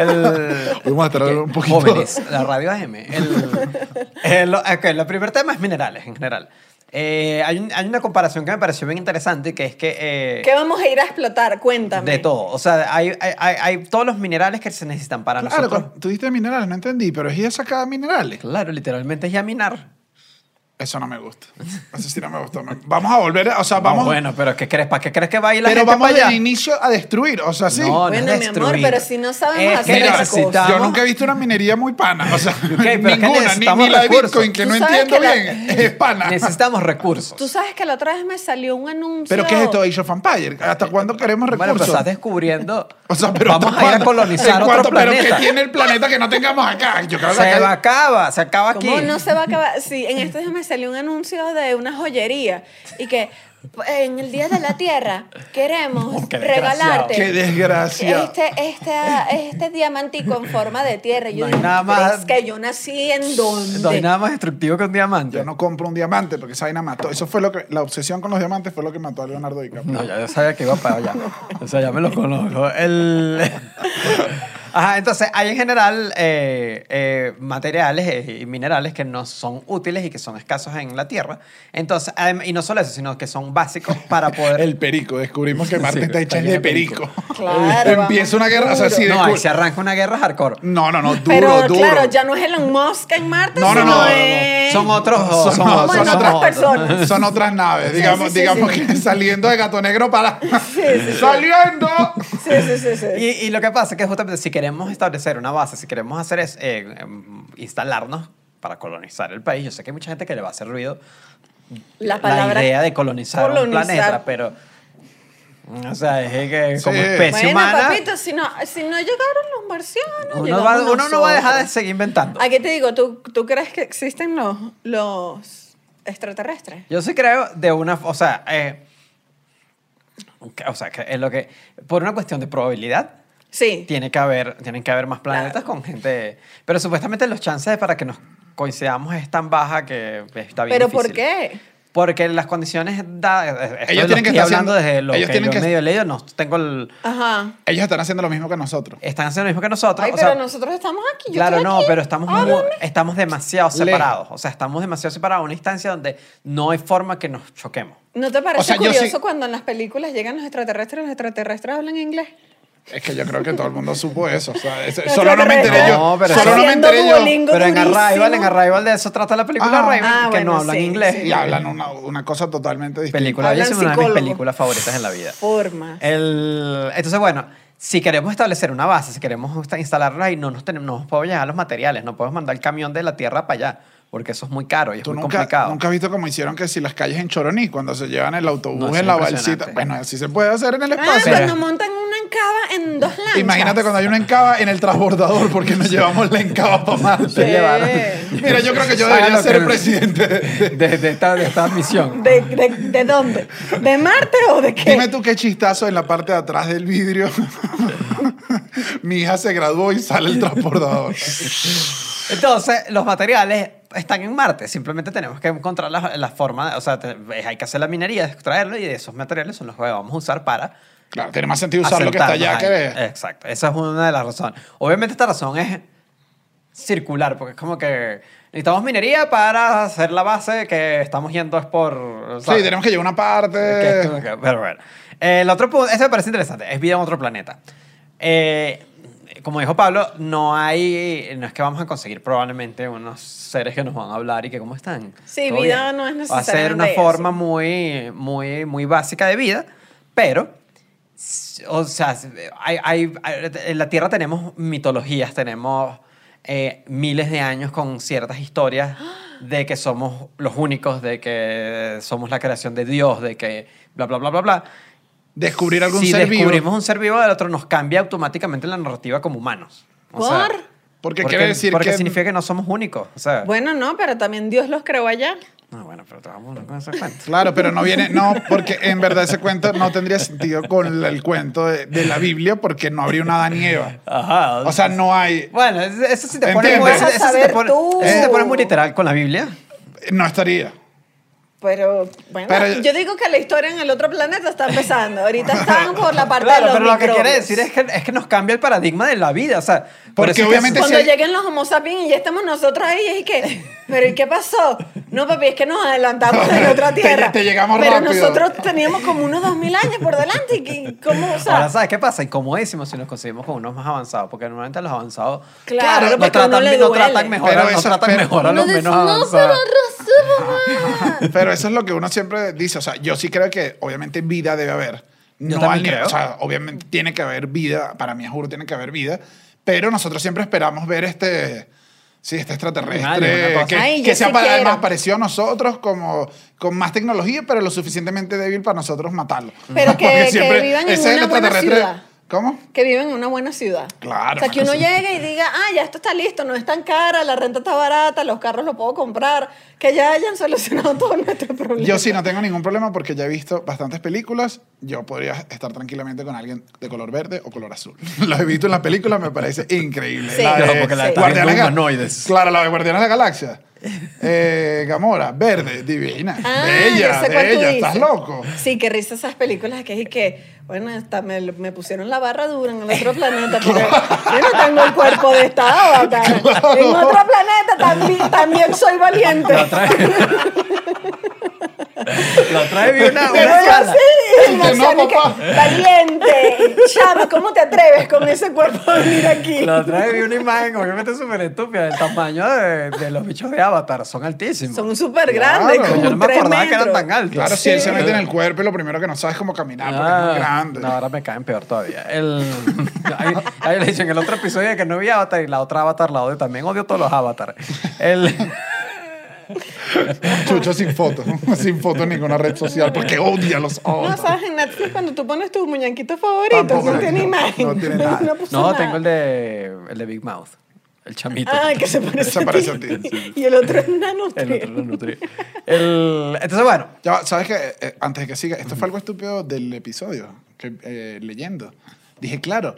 El- Vamos a traer un que- poquito. Jóvenes, la radio AM. El, el, ok, el primer tema es minerales en general. Eh, hay, un- hay una comparación que me pareció bien interesante, que es que... eh, ¿Qué vamos a ir a explotar? Cuéntame. de todo. O sea, hay, hay, hay- hay todos los minerales que se necesitan para Claro, nosotros. cuando tú diste minerales, no entendí, pero es ir a sacar minerales. Claro, literalmente es ya minar. Eso no me gusta. Eso sí no me gustó. Me- Vamos a volver, a- o sea, vamos. No, bueno, pero ¿qué crees? ¿Para qué crees que va a ir la pero gente vamos para allá? del inicio a destruir, o sea, sí. No, no es Bueno, mi amor, destruir. pero si no sabemos Es hacer que las necesitamos... cosas. Yo nunca he visto una minería muy pana, o sea, pero es que ninguna, ni, necesitamos ni la de recursos. Bitcoin, que Tú no sabes entiendo que la- bien, es pana. Necesitamos recursos. Tú sabes que la otra vez me salió un anuncio. ¿Pero qué es esto, Age of Empire? ¿Hasta cuándo queremos Bueno, pero recursos? estás descubriendo. o sea, pero vamos a ir a ¿cuándo? ¿En colonizar cuánto? otro ¿Pero planeta. qué tiene el planeta que no tengamos acá? Yo creo que Se acá- va- acaba, se acaba aquí. ¿Cómo no se va a acabar? Sí, en estos días me salió un anuncio de una joyería y que en el Día de la Tierra queremos No, Oh, qué desgraciado. regalarte ¡Qué desgracia! este, este, este diamantico en forma de tierra. Y No yo hay digo, nada más- "¿Crees que yo nací en donde. No hay nada más destructivo que un diamante. Yo no compro un diamante porque esa vaina mató. Eso fue lo que... La obsesión con los diamantes fue lo que mató a Leonardo DiCaprio. No, ya yo sabía que iba para allá. O sea, ya me lo conozco. El... Ajá, entonces hay en general eh, eh, materiales eh, y minerales que no son útiles y que son escasos en la Tierra. Entonces, adem- y no solo eso, sino que son básicos para poder... El perico. Descubrimos que Marte Sí, está está hecha lleno de de perico. perico. Claro, vamos, Empieza una guerra. O sea, duro. sí, no, ahí descubrí- se arranca una guerra hardcore. no, no, no. Duro, Pero duro. claro, ya no es Elon Musk en Marte, No, no, sino no, no, no. es- Son otros... Son, son- no, Somos son son otras otras personas. Son otras naves. Digamos, sí, sí, digamos sí. que saliendo de Gato Negro para... sí, sí. ¡Saliendo! Sí, sí, sí, sí. Y, y lo que pasa es que justamente si queremos establecer una base, si queremos hacer es eh, em, instalarnos para colonizar el país, yo sé que hay mucha gente que le va a hacer ruido La palabra idea de colonizar, colonizar. un planeta, pero o sea, es que como Sí. especie Bueno, humana papito, si no, si no llegaron los marcianos, uno, va- llegamos uno no va a dejar de nosotros. seguir inventando. ¿A qué te digo? ¿Tú, tú crees que existen los, los extraterrestres? Yo sí creo de una, o sea, eh, que- o sea, que es lo que por una cuestión de probabilidad Sí. tiene que haber, tienen que haber más planetas con gente, pero supuestamente los chances para que nos coincidamos es tan baja que está bien ¿Pero difícil. por qué? Porque las condiciones da, eh, esto es Ellos lo tienen que estoy estar hablando haciendo- desde lo ellos que yo tienen que- medio he leído, no tengo el, Ajá. Ellos están haciendo lo mismo que nosotros. están haciendo lo mismo que nosotros, Ay, o pero sea, nosotros estamos aquí. Yo ah, Claro, estoy no, aquí. pero estamos, mu- Háblame. estamos demasiado Lejos. separados. O sea, estamos demasiado separados. Una instancia donde no hay forma que nos choquemos. ¿No te parece O sea, yo curioso sí- cuando en las películas llegan los extraterrestres y los extraterrestres hablan inglés? Es que yo creo que todo el mundo supo eso. o sea, es- solo no me enteré yo. No, pero- solo no me Haciendo enteré yo. Duolingo. Pero en durísimo. Arrival, en Arrival de eso trata la película Ah. Arrival, Ah, que no bueno, hablan sí, inglés. sí. Y hablan una, una cosa totalmente distinta. Película Hablan bellísima, una de mis psicólogo. películas favoritas en la vida. Forma. Eh, El, entonces, bueno, si queremos establecer una base, si queremos insta- instalarla y no nos, tenemos, no nos podemos llevar los materiales, no podemos mandar el camión de la Tierra para allá, porque eso es muy caro y es Tú muy nunca, complicado. nunca has visto cómo hicieron que si las calles en Choroní, cuando se llevan el autobús No, eso en la es balsita. impresionante. Bueno, así se puede hacer en el Ah, espacio. cuando montan una encaba en dos lanchas. Imagínate cuando hay una encaba en el transbordador, porque nos llevamos la encaba para Se Marte. llevaron- Mira, yo creo Ah, que yo Hagan debería lo ser el que- presidente. de, de esta, de esta misión. ¿De, de, de dónde? ¿De Marte o de qué? Dime tú qué chistazo en la parte de atrás del vidrio. Mi hija se graduó y sale el transbordador. Entonces, los materiales están en Marte. Simplemente tenemos que encontrar la, la forma, o sea, te- hay que hacer la minería, extraerlo y de esos materiales son los que vamos a usar para Claro, tiene más sentido usar lo que está allá asentarnos que ahí. Exacto. Esa es una de las razones. Obviamente esta razón es circular, porque es como que necesitamos minería para hacer la base que estamos yendo es por... Sí, ¿sabes? tenemos que llegar a una parte. Que es como que- pero bueno. Eh, El otro punto, ese me parece interesante, es vida en otro planeta. Eh, como dijo Pablo, no hay, no es que vamos a conseguir probablemente unos seres que nos van a hablar y que cómo están. Sí, Todo vida no es Va a ser una necesariamente forma eso. muy, muy, muy básica de vida, pero, s- o sea, s- hay, hay- hay- en la Tierra tenemos mitologías, tenemos eh, miles de años con ciertas historias de que somos los únicos, de que somos la creación de Dios, de que bla, bla, bla, bla, bla Descubrir algún si ser vivo. descubrimos un ser vivo del otro, nos cambia automáticamente la narrativa como humanos. O sea, ¿Por? Porque, quiere decir porque que. significa que no somos únicos. O sea, Bueno, no, pero también Dios los creó allá. no, bueno, pero te vamos con ese cuento. Claro, pero no viene. No, porque en verdad ese cuento no tendría sentido con la- el cuento de, de la Biblia, porque no habría una Adán y Eva. Ajá. O sea, no hay. bueno, es- eso sí te pone ¿Entiendes? muy, Vas a eso sí te saber pone- tú. eso sí te pone muy literal con la Biblia. No estaría. Pero, bueno, Pero- yo digo que la historia en el otro planeta está empezando. Ahorita están por la parte Claro, de los pero lo que quiere microbios. decir es que, es que nos cambia el paradigma de la vida. O sea, por Porque eso es que- obviamente Cuando si hay- lleguen los homo sapiens y ya estamos nosotros ahí, es que, pero ¿y qué pasó? No, papi, es que nos adelantamos en otra Te- tierra. te llegamos pero rápido. nosotros teníamos como unos 2000 años por delante. ¿Y qué- cómo, o sea, Ahora, ¿sabes qué pasa? Incomodísimos si nos conseguimos con unos más avanzados, porque normalmente a los avanzados Claro, nos porque a uno tratan, le nos duele. tratan mejor, Pero nos eso- tratan pero- mejor a uno los dice, menos no, pero avanzados. razón, mamá. Pero eso es lo que uno siempre dice. O sea, yo sí creo que obviamente vida debe haber. Yo No también al nivel- creo. O sea, obviamente tiene que haber vida. Para mí, juro, tiene que haber vida. Pero nosotros siempre esperamos ver este. Sí, este Alien, una extraterrestre cosa. que, Ay, yo que sea sí pa- quiero. además parecido a nosotros como con más tecnología, pero lo suficientemente débil para nosotros matarlo. Pero que- Porque que vivan en ese es el una buena extraterrestre- ciudad. ¿Cómo? que viven en una buena ciudad. Claro, O sea, que uno sí. llegue y diga, ah, ya esto está listo, no es tan cara, la renta está barata, los carros los puedo comprar, que ya hayan solucionado todos nuestros problemas. Yo sí no tengo ningún problema porque ya he visto bastantes películas. Yo podría estar tranquilamente con alguien de color verde o color azul. Los he visto en las películas, me parece increíble. Sí. La Claro, de porque la de Guardianes también de la- humanoides. Claro, la de Guardianes de la Galaxia. Eh, Gamora, verde, divina. Ah, bella, ya sé cuál tú bella, dices. estás loco. Sí, que risa esas películas que es y que, bueno, hasta me, me pusieron la barra dura en el otro planeta porque yo no tengo el cuerpo de esta avatar. Claro. En otro planeta también, también soy valiente. La otra vez. la otra vez vi una, Pero una yo escala. sí, el Que no, marciano que, papá. valiente, chamo, ¿cómo te atreves con ese cuerpo a venir aquí? La otra vez vi una imagen, obviamente súper estúpida, del tamaño de, de los bichos de Avatar. Son altísimos. Son súper grandes, Claro. como Yo no me tres acordaba que eran metros. tan altos. Claro, si él se mete en el cuerpo y lo primero que no sabe es cómo caminar porque es muy Ah, grande. No, ahora me caen peor todavía. El, ahí, ahí le dicen en el otro episodio de que no vi Avatar y la otra Avatar la odio también. Odio todos los Avatar. El, Chucho sin foto, sin foto en ninguna red social porque odia a los No, otros. sabes, en Netflix cuando tú pones tus muñequitos favoritos, Tampoco. no tiene imagen. No tiene nada. puso no, nada. tengo el de, el de Big Mouth. El chamito. Ah, que se parece, Se parece a ti, Y el otro es nano. el otro lo nutrí. El, entonces, bueno. Ya, va, ¿sabes qué? Eh, antes de que siga, esto fue algo estúpido del episodio, que, eh, leyendo. Dije, claro,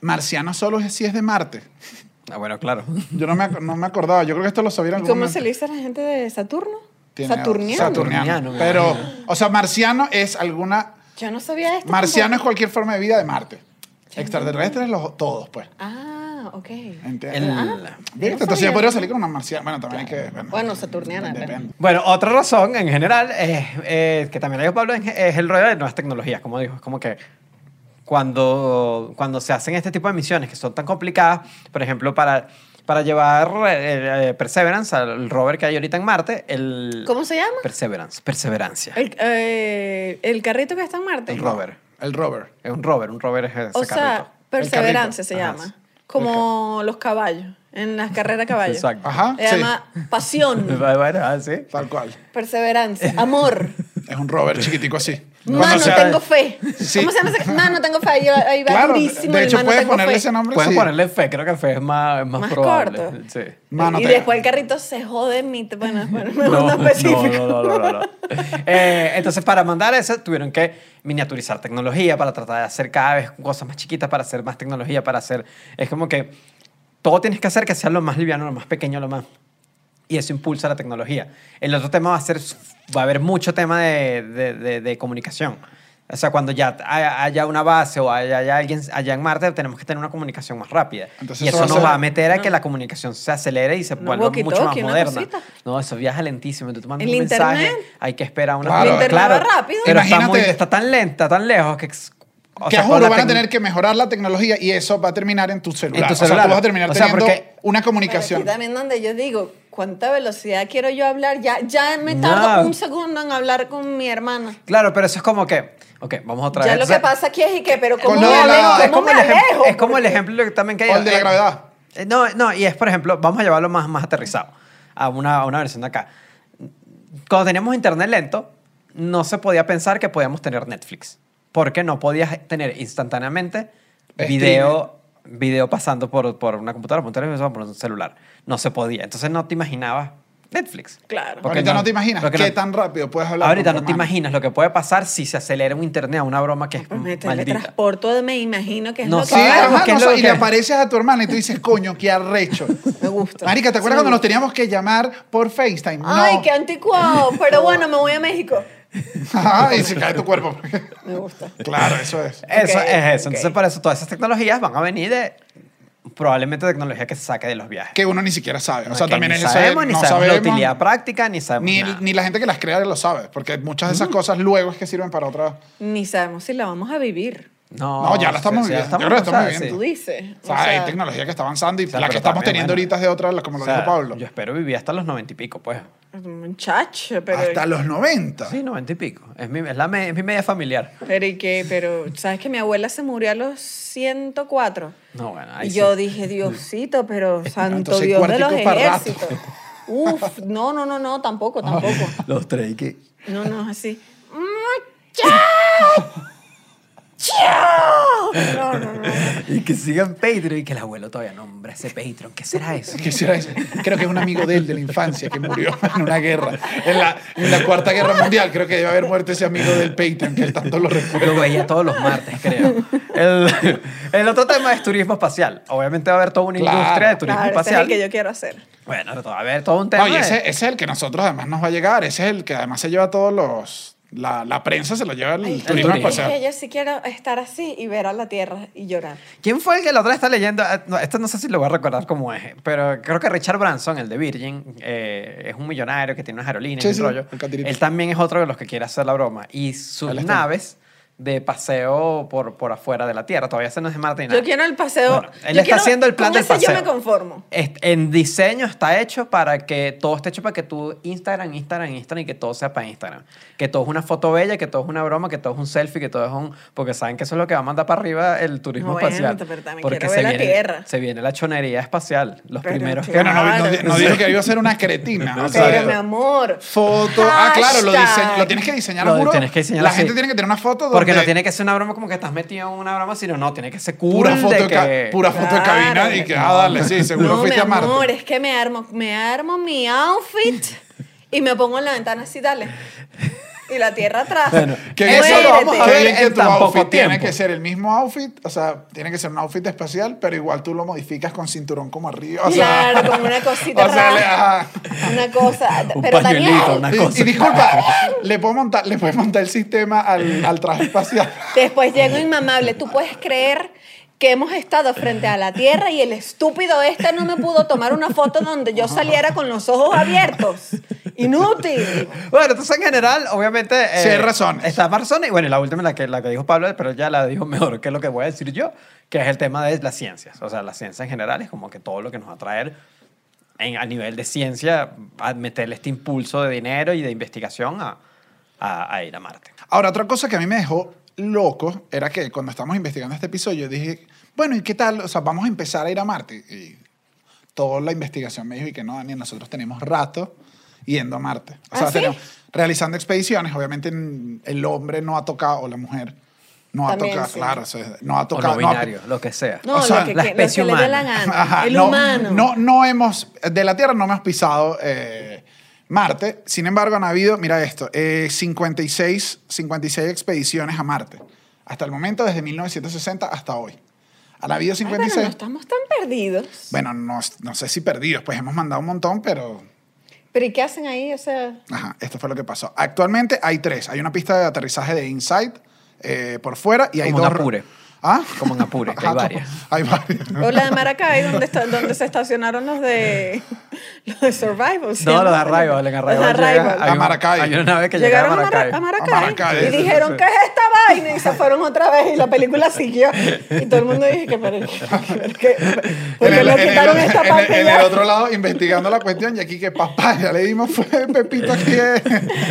marciano solo es si es de Marte. Ah, bueno, claro. Yo no me, ac- no me acordaba, yo creo que esto lo sabían ¿Y cómo se le dice a la gente de Saturno? Saturniano. Saturniano. Saturniano, me Pero, imagino. o sea, marciano es alguna... Yo no sabía esto. Marciano es tampoco. cualquier forma de vida de Marte. Extraterrestres, los, todos, pues. Ah, ok. ¿Entiendes? El- ¿Viste? Ah, no Entonces sabía. yo podría salir con una marciana. Bueno, también hay que... Bueno, Bueno, saturniana, pero- Depende. Bueno, otra razón en general, es, eh, que también le dijo Pablo, es- es el rollo de nuevas tecnologías, como dijo. Es como que cuando, cuando se hacen este tipo de misiones que son tan complicadas, por ejemplo, para, para llevar eh, eh, Perseverance al rover que hay ahorita en Marte, el... ¿Cómo se llama? Perseverance, Perseverancia. El, eh, el carrito que está en Marte. El rover. El rover. Es un rover, un rover es ese O sea, carrito. perseverancia se El carrito. llama. Ajá. Como los caballos, en las carreras de caballos. Exacto. Ajá, Se sí. llama pasión, Bueno, ah, sí. Tal cual. perseverancia, amor. Es un rover chiquitico así. Mano, Cuando se- tengo fe. Sí. ¿Cómo se llama ese? Mano, tengo fe. Ahí, ahí va Claro, durísimo. de el hecho mano, puedes tengo ponerle fe. ese nombre. Pueden sí. ponerle fe, creo que fe es más, es más, Más probable. corto. Sí. Mano, y te- después el carrito se jode en mí. te- Bueno, bueno, no, no, específico. No, no, no, no, no. Eh, entonces, para mandar eso, tuvieron que miniaturizar tecnología para tratar de hacer cada vez cosas más chiquitas, para hacer más tecnología, para hacer... Es como que todo tienes que hacer que sea lo más liviano, lo más pequeño, lo más... Y eso impulsa la tecnología. El otro tema va a ser... Va a haber mucho tema de, de- de- de comunicación. O sea, cuando ya ha- haya una base o haya, haya alguien allá en Marte, tenemos que tener una comunicación más rápida. Entonces y eso eso, va a nos ser- va a meter a que la comunicación se acelere y se Un vuelva mucho más walkie-talkie, una moderna. cosita. No, eso viaja lentísimo. Tú mandas El un mensaje, internet. hay que esperar una Claro. El internet va rápido. Pero está, muy- Imagínate- está tan lenta, tan lejos que... ex- o que a sea, juro con la van a tec- tener que mejorar la tecnología y eso va a terminar en tu celular. En tu O sea, celular. tú vas a terminar O sea, teniendo porque- una Pero aquí comunicación. también donde yo digo, ¿cuánta velocidad quiero yo hablar? Ya, ya me No. tardo un segundo en hablar con mi hermana. Claro, pero eso es como que... Ok, vamos otra Ya vez. lo O sea, que pasa aquí es y que, pero ¿cómo con me lo de la- alejo? es ¿Cómo como, me el ejemplo, alejo? es como el ejemplo que también que hay. O el de la eh, gravedad. eh, No, no, y es, por ejemplo, vamos a llevarlo más, más aterrizado a una, a una versión de acá. Cuando teníamos internet lento, no se podía pensar que podíamos tener Netflix, porque no podías tener instantáneamente Streaming. video, video pasando por, por una computadora, por un televisor, por un celular. No se podía. Entonces no te imaginabas Netflix. Claro. Porque Ahorita no- no, te imaginas porque qué no- tan rápido puedes hablar. Ahorita con no tu te hermano. imaginas lo que puede pasar si se acelera un internet a una broma que es Pues me maldita. teletransporto, me imagino que es No lo Sí, que Claro, ajá, ¿qué no es lo sé, que- y le apareces a tu hermana y tú dices, coño, qué arrecho. me gusta. Marica, ¿te acuerdas cuando Sí, me nos gusta. teníamos que llamar por FaceTime? No. Ay, qué anticuado. Pero bueno, me voy a México. Ajá, y se cae tu cuerpo. Me gusta. claro, eso es. Eso Ok, es eso. ok. Entonces, por eso todas esas tecnologías van a venir de probablemente tecnología que se saque de los viajes. Que uno ni siquiera sabe. O sea, Que también ni es eso de sabemos, ni no sabemos la sabemos, utilidad práctica, ni sabemos ni, nada. ni la gente que las crea lo sabe, porque muchas de esas cosas luego es que sirven para otras. Ni sabemos si la vamos a vivir. No, No, ya la estamos sí, sí, ya viviendo. Yo creo que estamos o sea, viviendo. Tú sí. dices. O sea, hay tecnología que está avanzando y O sea, la que pero estamos también, teniendo bueno. ahorita es de otra, como lo O sea, dijo Pablo. Yo espero vivir hasta los noventa y pico, pues. Muchacho, pero. Hasta los 90. Sí, noventa y pico. Es mi, es la me- es mi media familiar. Pero y qué, pero sabes que mi abuela se murió a los 104. No, bueno, ahí Y sí. yo dije, Diosito, pero Este santo entonces, Dios de los cuartico para rato. ejércitos. Uf, no, no, no, no, tampoco, tampoco. Los tres, ¿y qué? No, no, así. ¡Muchacho! No, no, no. Y que sigan Patreon y que el abuelo todavía nombra ese Patreon. ¿Qué será eso? Quisiera decir, creo que es un amigo de él de la infancia que murió en una guerra, en la, en la Cuarta Guerra Mundial. Creo que debe haber muerto ese amigo del Patreon que él tanto lo recuerda. Lo veía todos los martes, creo. El, el otro tema es turismo espacial. Obviamente va a haber toda una Claro. industria de turismo Claro, ese es espacial. el que yo quiero hacer. Bueno, ahora todo- va a haber todo un tema. No, y de- ese, ese es el que nosotros además nos va a llegar. Ese es el que además se lleva todos los. La, la prensa se lo lleva el turismo turismo. espacial. Es que yo sí quiero estar así y ver a la tierra y llorar. ¿Quién fue el que la otra vez está leyendo? Ah, no, Esto no sé si lo voy a recordar como es, pero creo que Richard Branson, el de Virgin, eh, es un millonario que tiene unas aerolíneas Sí, y un sí, rollo. el catirito. Él también es otro de los que quiere hacer la broma. Y sus Ahí está. naves de paseo por, por afuera de la Tierra. Todavía se nos es Marte ni nada. Yo quiero el paseo. Bueno, él yo está quiero- haciendo el plan con del ese paseo. Yo me conformo. Es- En diseño está hecho para que todo esté hecho para que tú Instagram, Instagram, Instagram y que todo sea para Instagram. Que todo es una foto bella, que todo es una broma, que todo es un selfie, que todo es un. Porque saben que eso es lo que va a mandar para arriba el turismo Bueno, espacial. pero también porque quiero ver la viene, tierra. se viene la chonería espacial. Los Pero primeros que. Bueno, no, no, Claro. no dijo que iba a ser una cretina. o sea, Pero mi amor. foto. Ah, claro, lo, Hashtag. dise- lo tienes que diseñar. Lo juro. tienes que diseñar la así. gente tiene que tener una foto Porque no donde- tiene que ser una broma como que estás metido en una broma, sino no, tiene que ser cool pura foto, de de ca- que. pura foto de cabina Claro. y que ah, dale, sí, seguro no, fuiste mi a Marte. amor, es que me armo, me armo mi outfit y me pongo en la ventana así, dale. Y la tierra atrás. Bueno, Que Eso bien- Muérete. lo vamos a que ver bien que en tu tan poco outfit tiene tiempo. que ser el mismo outfit, o sea, tiene que ser un outfit espacial, pero igual tú lo modificas con cinturón como arriba, o sea, Claro, como una cosita o sea, le- rara. ajá. Una cosa. Un pero pañuelito, Daniel, una- Y, cosa. y disculpa, le puedo montar, le puedes montar el sistema al, al traje espacial. después Eh. llego inmamable. Tú puedes creer que hemos estado frente a la tierra y el estúpido este no me pudo tomar una foto donde yo saliera con los ojos abiertos. Inútil. Bueno, entonces en general, obviamente. eh, Sí, hay razones. Estas más razones. Y bueno, y la última, la que, la que dijo Pablo, pero ya la dijo mejor que lo que voy a decir yo, que es el tema de las ciencias. O sea, la ciencia en general es como que todo lo que nos va a traer en- a nivel de ciencia, a meterle este impulso de dinero y de investigación a, a- a ir a Marte. Ahora, otra cosa que a mí me dejó loco era que cuando estábamos investigando este episodio, yo dije, bueno, ¿y qué tal? O sea, vamos a empezar a ir a Marte. Y toda la investigación me dijo y que no, Daniel, nosotros tenemos rato yendo a Marte. O sea, ¿Ah, sí? tenemos- realizando expediciones. Obviamente n- el hombre no ha tocado, o la mujer no ha También, tocado, sí. claro, o sea, no ha O tocado. no no ha- binario, lo que sea. No, O sea, lo que, la que- lo que especie le dé la humana. gana. Ajá, el no, humano. Ah, No, no hemos, de la Tierra no hemos pisado eh, Marte. Sin embargo, han habido, mira esto, eh, 56, 56 expediciones a Marte. Hasta el momento, desde 1960 hasta hoy. Han habido Ay, bueno, no 56. estamos tan perdidos. Bueno, no, no sé si perdidos, pues hemos mandado un montón, pero... Pero ¿y qué hacen ahí? O sea, Ajá, esto fue lo que pasó. Actualmente hay tres. Hay una pista de aterrizaje de InSight, eh, por fuera y hay Como en dos... Apure. ¿Ah? Como en Apure, que hay Ajá, varias. como- Hay varias. O la de Maracay, donde, está, donde se estacionaron los de, los de Survival. ¿sí? No, los de Arrival, en Los de Arrival. Arrival. llega- hay A un- Maracay. Hay una nave que llega a Llegaron a Maracay. Mara- a Maracay, Maracay, y sí, dijeron, sí. ¿qué es esta vaina? Y se fueron otra vez y la película siguió. Y todo el mundo dije, que pero, pero que- ¿por qué En el- no en el- quitaron esta en el- parte en ya? el otro lado, investigando la cuestión, y aquí que papá, ya le dimos fue Pepito aquí. es-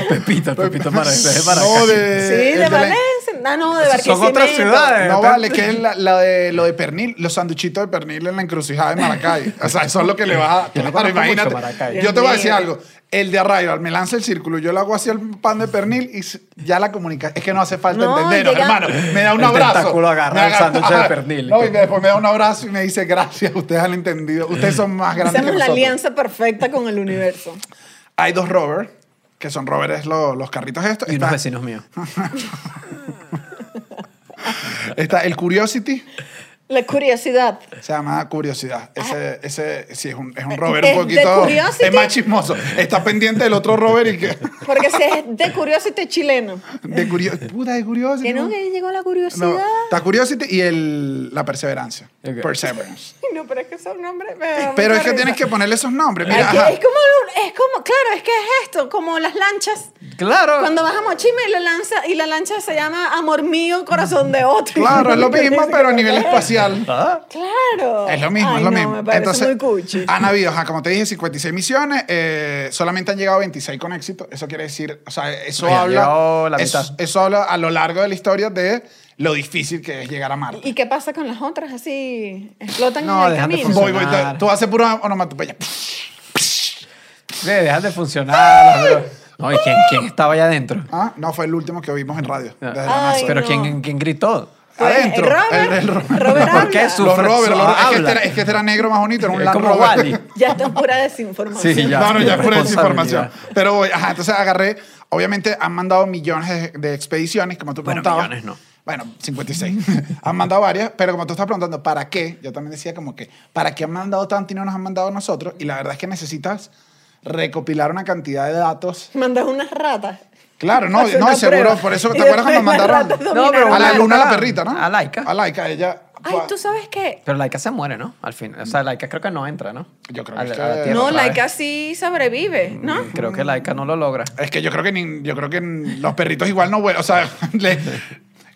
Pepito, Pepito Maracay. de Maracay. No, de, Sí, el de la- Valencia. No, no, de Son Barquisimeto. otras ciudades. No vale, que es la, la de, lo de pernil, los sanduchitos de pernil en la encrucijada de Maracay. O sea, eso es lo que le va a... Yo no Claro, conozco mucho imagínate. Maracay. Yo te voy a decir Dios algo. El de Arrival me lanza el círculo, yo le hago así el pan de pernil y s- ya la comunicación... Es que no hace falta No, entendernos, llega- hermano. Me da un El abrazo. tentáculo agarra Me el sándwich de Ajá. pernil. No, y después me da un abrazo y me dice, gracias, ustedes han entendido. Ustedes son más grandes Hacemos que la nosotros. alianza perfecta con el universo. Hay dos rovers, que son rovers lo- los carritos estos. Y unos Está, vecinos míos. está el Curiosity, La curiosidad. se llama Curiosidad. Ese, ese sí, es un, es un rover un ¿Es Ah. Eh, de poquito... Curiosity? Es más chismoso. Está pendiente del otro rover y que... Porque si es de Curiosity chileno. De curio, puta, de Curiosity. Que no, ¿no? que llegó la No, curiosidad. está Curiosity y el, la perseverancia. Ok. Perseverance. Ay, No, pero es que son nombres... me da Pero mucha es que risa. tienes que ponerle esos nombres. Ay, Mira, que ajá. es como, un- es como, claro, es que es esto, como las lanchas. Claro. Cuando vas a Mochima y la, lanza, y la lancha se llama Amor mío, corazón de otro. claro, es lo mismo, pero a nivel espacial. Ah, Claro. Es lo mismo, Ay, es lo no, mismo. Me parece Entonces, ah, muy cuchi. han habido, ajá, como te dije, 56 misiones, eh, solamente han llegado 26 con éxito. Eso quiere decir, o sea, eso Ay, han llegado habla. la eso, mitad. eso habla a lo largo de la historia de lo difícil que es llegar a Marte. ¿Y qué pasa con las otras? Así explotan No, en el dejan de camino. funcionar. Voy, voy, te- tú haces puro onomatopeya. sí, dejan de funcionar. las drogas. No, ¿y quién, quién estaba allá adentro? Ah, no, fue el último que vimos en radio. desde la NASA. Ay, Pero no. ¿quién, quién gritó? Pues, adentro. el Robert, el- el Robert. Robert ¿Por qué habla. su- Los Sufre- Robert, solo los- es, que habla. este era, es que este era negro más bonito, era un Es Land como Rober. Wally. Ya esto es pura desinformación. Sí, ya. No, no, ya qué fue esa responsabilidad. información. Pero voy, ajá, entonces agarré. Obviamente han mandado millones de, de expediciones, como tú Bueno, preguntabas. millones no. Bueno, 56. han mandado varias, pero como tú estás preguntando, ¿para qué? Yo también decía como que, ¿para qué han mandado tanto y no nos han mandado a nosotros? Y la verdad es que necesitas recopilar una cantidad de datos. Mandas unas ratas. Claro, no, Hacer no, una y seguro, prueba. por eso, ¿te Y acuerdas cuando después mandaron las ratas No, pero a dominaron. la una- luna la perrita, no? A Laika. A Laika, ella... Ay, ¿tú sabes qué? Pero Laika se muere, ¿no? Al fin. O sea, Laika creo que no entra, ¿no? Yo creo A que la- es a la que- Tierra No, otra vez. Laika sí sobrevive, ¿no? Mm. Creo que Laika no lo logra. Es que yo creo que ni- yo creo que los perritos igual no vuelan. O sea, le-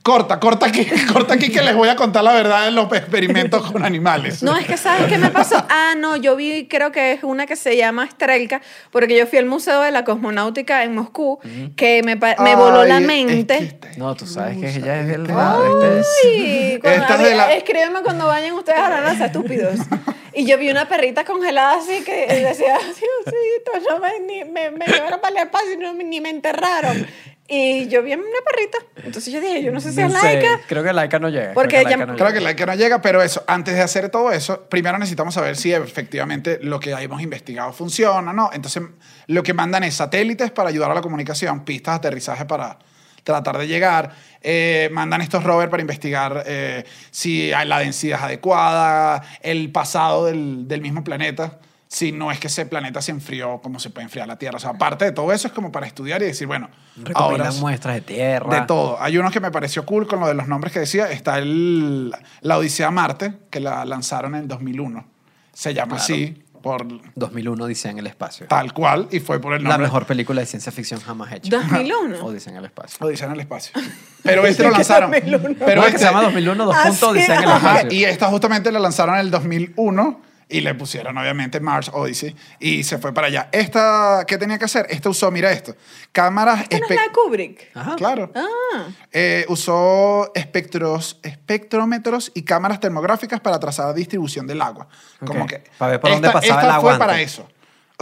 corta, corta aquí, corta aquí que les voy a contar la verdad de los experimentos con animales. No, es que ¿sabes qué me pasó? Ah, no, yo vi, creo que es una que se llama Estrelka, porque yo fui al Museo de la Cosmonáutica en Moscú, que me, pa- me voló la Ay, es mente. que este- esta- No, tú sabes que ella es del Claro. este es- Sí, cuando Esta es de había- la- escríbeme cuando vayan ustedes a la NASA, estúpidos. Y yo vi una perrita congelada así que decía, Diosito, yo me, ni, me, me llevaron para el espacio y no me- ni me enterraron. Y yo vi una perrita. Entonces yo dije, yo no sé si es No sé, laica. Creo que Laika no llega. Porque creo que ella- Laika no Claro llega. que la que no llega, pero eso, antes de hacer todo eso, primero necesitamos saber si efectivamente lo que hemos investigado funciona o no. Entonces, lo que mandan es satélites para ayudar a la comunicación, pistas de aterrizaje para tratar de llegar, eh, mandan estos rovers para investigar eh, si hay la densidad es adecuada, el pasado del, del mismo planeta, si no es que ese planeta se enfrió como se puede enfriar la Tierra. O sea, aparte de todo eso es como para estudiar y decir, bueno, Recopilan ahora... muestras de tierra. De todo. Hay unos que me pareció cool con lo de los nombres que decía. Está el, la Odisea a Marte, que la lanzaron en el 2001. Se llama así, por 2001 dice en el espacio. tal cual, y fue por el La nombre. mejor película de ciencia ficción jamás hecha. 2001. O dicen el espacio. Odisea en el espacio. Pero este lo que lanzaron. 2001. Pero Pero que se este, llama 2001, dos Así puntos, dicen en el es. Ajá, espacio. y esta justamente la lanzaron en el 2001 y le pusieron obviamente Mars Odyssey y se fue para allá. Esta, ¿qué tenía que hacer? Esta usó, mira esto, cámaras... ¿Esta no es espe- la de Kubrick? Ajá. Claro. Ah, Eh, usó espectros, espectrómetros y cámaras termográficas para trazar la distribución del agua. Como Ok. que Para ver por dónde esta- pasaba esta el fue agua para antes. eso.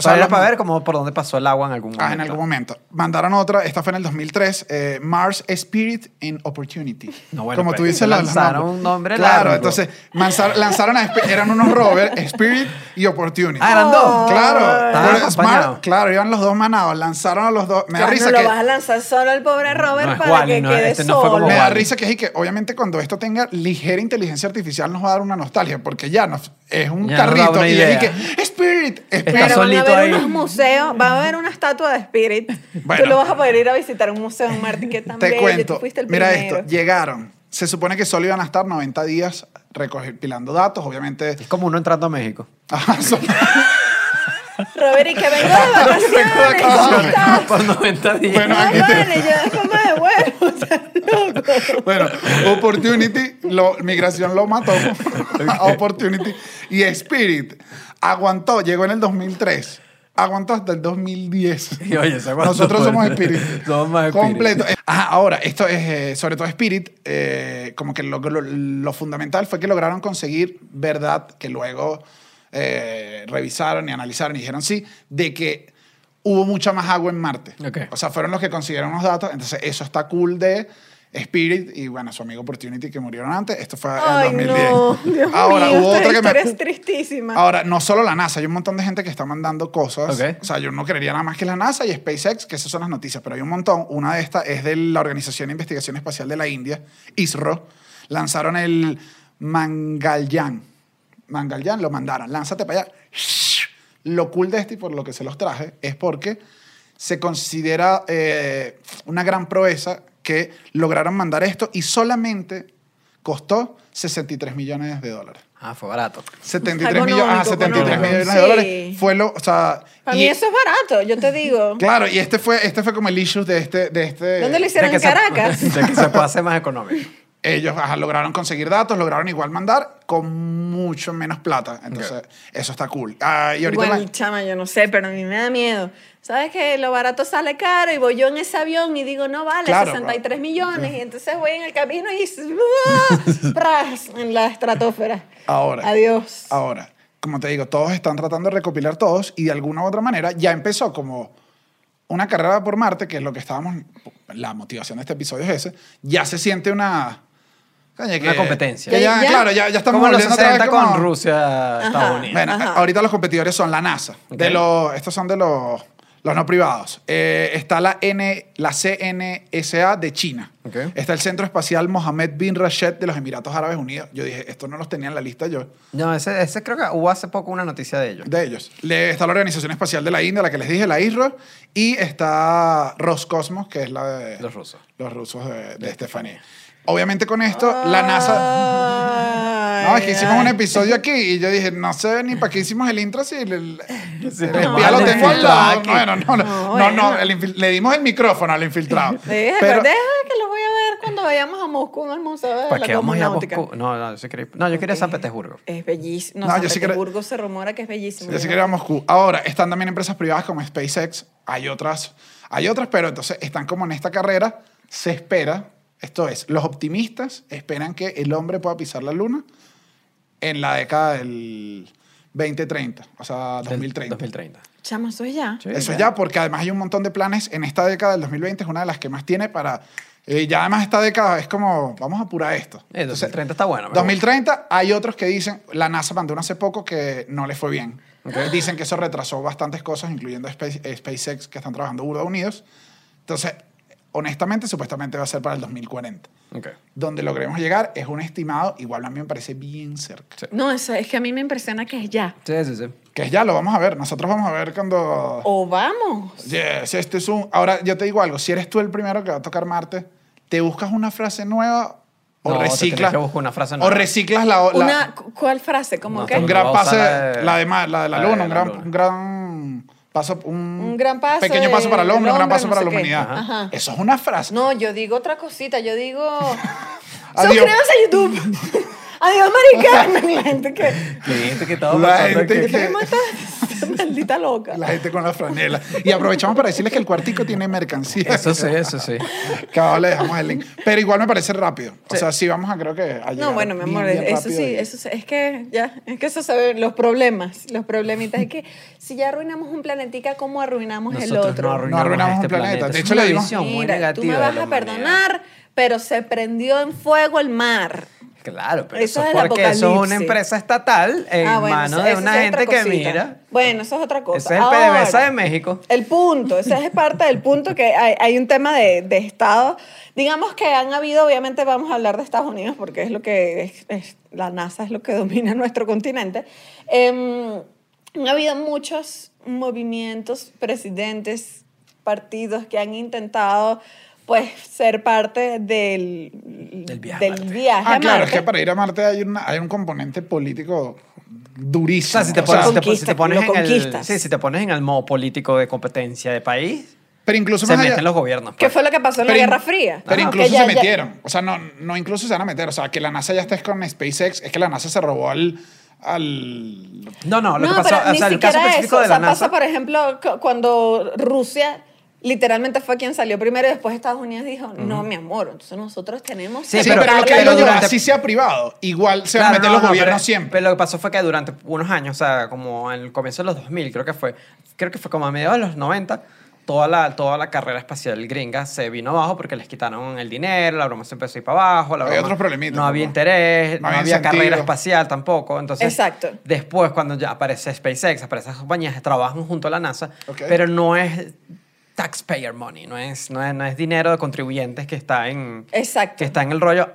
O sea, era los- para ver cómo, por dónde pasó el agua en algún momento. Ah, en algún momento. Mandaron otra, esta fue en el 2003, eh, Mars Spirit and Opportunity. No, bueno, Como tú pero dices, la- los lanzaron nombres. un nombre Claro, largo. entonces manzar- lanzaron a espe- eran unos rovers, Spirit y Opportunity. Ah, eran dos. Claro, Estaban pero acompañados. Smart, claro, iban los dos manados, lanzaron a los dos. Me da claro, risa no que lo vas a lanzar solo al pobre Robert No es para Wally, que no, quede este no fue como solo. Me da Wall-E. risa que es y que, obviamente, cuando esto tenga ligera inteligencia artificial, nos va a dar una nostalgia, porque ya nos, es un Ya nos da carrito una y es y idea. que, Spirit, Spirit. Está Pero van a solito tú haber ahí. unos museos, va a haber una estatua de Spirit. Bueno. Tú lo vas a poder ir a visitar un museo en Marte que tan Te bello, tú cuento. fuiste el Mira primero. esto. Llegaron. Se supone que solo iban a estar 90 días recopilando datos, obviamente. Es como uno entrando a México. Ajá, son- Robert, y que vengo de vacaciones. ¿Cómo estás? Por 90 días. Bueno, Ah, aquí te- vale, yo como de huevo, o sea, loco. Bueno, Opportunity, lo- migración lo mató. Opportunity. Y Spirit aguantó, llegó en el 2003. Aguantó hasta el 2010. Y oye, se aguantó Nosotros somos fuerte. Spirit. Somos más Spirit. Completo. Eh, Ajá, ahora, esto es, eh, sobre todo Spirit, eh, como que lo, lo- lo fundamental fue que lograron conseguir verdad que luego eh, revisaron y analizaron y dijeron sí, de que hubo mucha más agua en Marte. Ok. O sea, fueron los que consiguieron los datos. Entonces, eso está cool de Spirit y, bueno, su amigo Opportunity que murieron antes. Esto fue Ay, en el 2010. no, Dios Ahora, mío, hubo esta otra que me... Ah, historia es tristísima. Ahora, no solo la NASA, hay un montón de gente que está mandando cosas. Ok. O sea, yo no creería nada más que la NASA y SpaceX, que esas son las noticias, pero hay un montón. Una de estas es de la Organización de Investigación Espacial de la India, ISRO. Lanzaron el Mangalyaan. Mangalyaan lo mandaron, lánzate para allá. Lo cool de este y por lo que se los traje es porque se considera eh, una gran proeza que lograron mandar esto y solamente costó 63 millones de dólares. Ah, fue barato. 73 Económico, millones, ah, 73 económico, millones de sí. dólares. Fue lo, o sea, Para y- mí eso es barato, yo te digo. claro, y este fue, este fue como el issue de este, de este. ¿Dónde lo De hicieron? que En se- Caracas. de que se puede hacer más económico. Ellos ajá, lograron conseguir datos, lograron igual mandar con mucho menos plata. Entonces, eso está cool. Ah, y ahorita. Igual, la- chama, yo no sé, pero a mí me da miedo. ¿Sabes que Lo barato sale caro y voy yo en ese avión y digo, no vale, Claro, 63 millones. Y entonces voy en el camino y... ¡ah! ¡Pras! en la estratosfera. Ahora. Adiós. Ahora, como te digo, todos están tratando de recopilar todos y de alguna u otra manera ya empezó como una carrera por Marte, que es lo que estábamos, la motivación de este episodio es ese, ya se siente una... coño, que- competencia. que ya, Ya. Claro, ya, ya estamos como los volviendo otra vez 60 como- con Rusia, Estados Unidos. Bueno, Ajá. ahorita los competidores son la NASA. De Ok. los, estos son de los, los no privados. Eh, está la, N, la CNSA de China. Ok. Está el Centro Espacial Mohammed bin Rashid de los Emiratos Árabes Unidos. Yo dije, esto no los tenía en la lista yo. No, ese, ese creo que hubo hace poco una noticia de ellos. De ellos. Le- está la Organización Espacial de la India, la que les dije, la ISRO, y está Roscosmos, que es la de Los rusos. los rusos de, de Estefanía. Obviamente con esto, Ah, la NASA... No, es que hicimos un episodio aquí y yo dije, no sé ni para qué hicimos el intro si el, el- el no, espía lo el tengo al lado. infiltrado Bueno, no, no, no, No, no, bueno. el infil- le dimos el micrófono al infiltrado. Deja, Pero- deja que lo voy a ver cuando vayamos a Moscú, al Museo de ¿Para la qué pues vamos a ir a Cosmonáutica. Moscú? No, no, yo sí quería, no, yo quería San Petersburgo. Es bellísimo. No, No, San yo sí creo- Petersburgo se rumora que es bellísimo. Yo sí Yo quería ir a Moscú. Ahora, están también empresas privadas como SpaceX. Hay otras, hay otras, pero entonces están como en esta carrera. Se espera, esto es, los optimistas esperan que el hombre pueda pisar la luna en la década del 2030, o sea, Del 2030. 2030. Chama, eso es ya. Sí, Eso ya, porque además hay un montón de planes en esta década del 2020, es una de las que más tiene para... eh, ya además esta década es como, vamos a apurar esto. Eh, Entonces, 2030 está bueno. pero 2030, hay otros que dicen, la NASA mandó una hace poco que no le fue bien. Dicen que eso retrasó bastantes cosas, incluyendo Space- eh, SpaceX, que están trabajando burda unidos. Entonces, honestamente, supuestamente va a ser para el 2040. bueno. Ok. Donde logremos llegar es un estimado, igual a mí me parece bien cerca. Sí. No, eso, es que a mí me impresiona que es ya. Sí, sí, sí. Que es ya, lo vamos a ver. Nosotros vamos a ver cuando... Oh. O vamos. Yes, este es un... Ahora, yo te digo algo. Si eres tú el primero que va a tocar Marte, te buscas una frase nueva o No, te tienes reciclas... que buscar una frase O nueva. reciclas la... la- Una, cu- ¿Cuál frase? Como No, que un Lo gran vamos a pase... usar la de- la, de, ma- la de la la de luna, un la gran... luna. Un gran paso... Un, Un gran paso Pequeño de- paso para el del hombre, un gran hombre, paso no para sé la qué. humanidad. Ajá. Eso es una frase. No, yo digo otra cosita, yo digo. Adiós. Suscríbanse a YouTube. Adiós, maricana. La gente que. Cliente que estaba La pasando gente aquí. que- ¿Qué mata? Esta Maldita loca. La gente con la franela. Y aprovechamos para decirles que el cuartico tiene mercancía. Eso sí, eso sí. Que ahora le dejamos el link. Pero igual me parece rápido. O Sí. sea, sí vamos a creo que... a llegar No, bueno, mi bien, amor, bien eso rápido sí, ahí. eso sí, es que ya, es que eso se ven los problemas, los problemitas. Es que si ya arruinamos un planetica, ¿cómo arruinamos Nosotros el otro? no arruinamos, No arruinamos este un planeta. planeta. De Es hecho, una le dimos- visión muy Mira, negativa tú me de vas la a humanidad. perdonar, pero se prendió en fuego el mar. Claro, pero Eso eso, es es el porque eso es una apocalipsis. Ah, empresa estatal en manos eso- de eso una sí es gente otra que cosita. mira. Bueno, eso es otra cosa. Ese es el Ahora, PDVSA de México. El punto, esa es parte del punto que hay, hay un tema de, de Estado. Digamos que han habido, obviamente vamos a hablar de Estados Unidos porque es lo que, es- es- la NASA es lo que domina nuestro continente. Em, Han habido muchos movimientos, presidentes, partidos que han intentado pues ser parte del, Del viaje a Marte. viaje Ah, a claro, es Marte. que para ir a Marte hay, una- hay un componente político O durísimo. sea, si te O sea, pones, si te- Conquistas, si te pones lo en el, conquistas. sí, si te pones en el modo político de competencia de país, pero incluso se más allá- meten los gobiernos. ¿Qué pues. fue lo que pasó en Pero la in- Guerra Fría? Pero Ajá. incluso Que ya- se ya- metieron. O sea, no, no incluso se van a meter. O sea, que la NASA ya está con SpaceX, es que la NASA se robó al... al No, no, lo No, que pasó, pero o ni sea, el siquiera caso específico eso. de o sea, la NASA. pasa, por ejemplo, cu- cuando Rusia literalmente fue quien salió primero y después Estados Unidos dijo, no, mi amor, entonces nosotros tenemos... Sí, Sí, pero- pero, lo que pero digo yo, durante- así sea privado, igual se van a Claro, meter no, los no, gobiernos pero- siempre. Pero lo que pasó fue que durante unos años, o sea, como en el comienzo de los 2000, creo que fue, creo que fue como a mediados de los 90, toda la, toda la carrera espacial gringa se vino abajo porque les quitaron el dinero, la broma se empezó a ir para abajo, la Había broma- otros problemitas, No había ¿no? interés, no, No había había incentivo. carrera espacial tampoco, entonces... Exacto. Después, cuando ya aparece SpaceX, aparecen esas compañías, trabajan junto a la NASA, Ok. pero no es taxpayer money, no es, no es, no es dinero de contribuyentes que está en Exacto. que está en el rollo.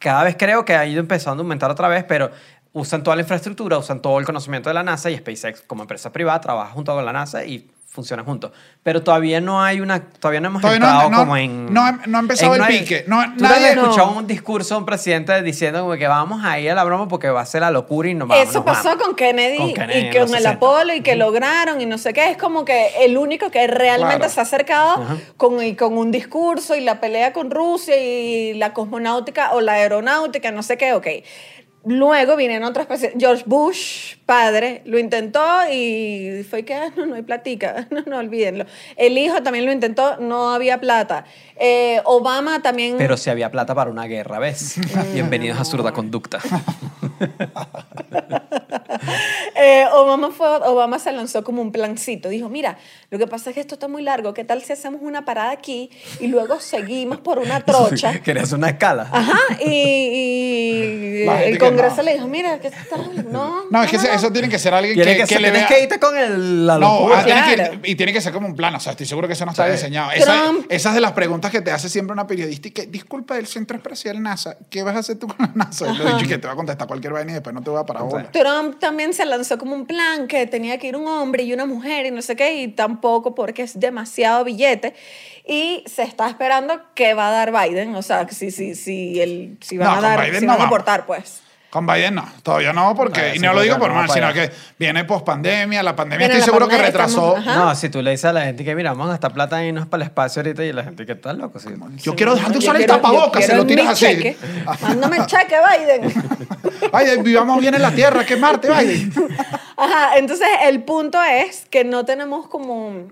Cada vez creo que ha ido empezando a aumentar otra vez, pero usan toda la infraestructura, usan todo el conocimiento de la NASA y SpaceX como empresa privada trabaja junto con la NASA y funcionan juntos. Pero todavía no hay una, todavía no hemos Todavía no- entrado no- como en... no ha- no ha empezado el una- pique. No, ¿Tú no has nadie- escuchado No. un discurso de un presidente diciendo como que vamos a ir a la broma porque va a ser la locura y no vamos Eso pasó con Kennedy, Con Kennedy en y los con el 60. Apolo y que lograron y no sé qué. Es como que el único que realmente Claro. se ha acercado Ajá. con, y con un discurso y la pelea con Rusia y la cosmonáutica o la aeronáutica, no sé qué, ok. Luego vinieron otras especies. George Bush, padre, lo intentó y fue que ah, no, no hay platica, no, no olvídenlo. El hijo también lo intentó, no había plata. Eh, Obama también... Pero si había plata para una guerra, ¿ves? Bienvenidos a Zurda Conducta. Eh, Obama, fue, Obama se lanzó como un plancito. Dijo, mira, lo que pasa es que esto está muy largo. ¿Qué tal si hacemos una parada aquí y luego seguimos por una trocha? ¿Querías una escala? Ah, Ajá, y, y La gente el que Congreso no. le dijo, mira, que está... No, No, es que no, se- no. eso tiene que ser alguien Tienes que, que, que le vea... tienes que irte con el, la No, locura. ah, tiene claro. que, y tiene que ser como un plan. O sea, estoy seguro que eso no está Sí. diseñado. Esa, Trump. esa es de las preguntas que te hace siempre una periodista. Y que, disculpa, del Centro Espacial NASA, ¿qué vas a hacer tú con la NASA? Y lo he dicho que te va a contestar cualquier vaina y después no te voy a parar bola. Trump también se lanzó como un plan que tenía que ir un hombre y una mujer y no sé qué, y tampoco porque es demasiado billete. Y se está esperando que va a dar Biden, o sea, si, si, si, el, si van No, a con dar, Biden si no van a vamos. aportar, pues. Con Biden no, todavía no, porque, Ah, y sí, no lo digo porque por no, mal, para sino allá. que viene pospandemia, la pandemia Viene estoy la seguro que pandemia, retrasó. estamos- ajá. No, si tú le dices a la gente que mira, vamos a gastar plata y no es para el espacio ahorita y la gente que está loco. sí. Yo quiero dejar de Yo usar el quiero- yo tapabocas, se quiero lo tiras mi así. cheque. Mándame el cheque, Biden. Ay, vivamos bien en la Tierra, que es Marte, Biden. Ajá, entonces el punto es que no tenemos como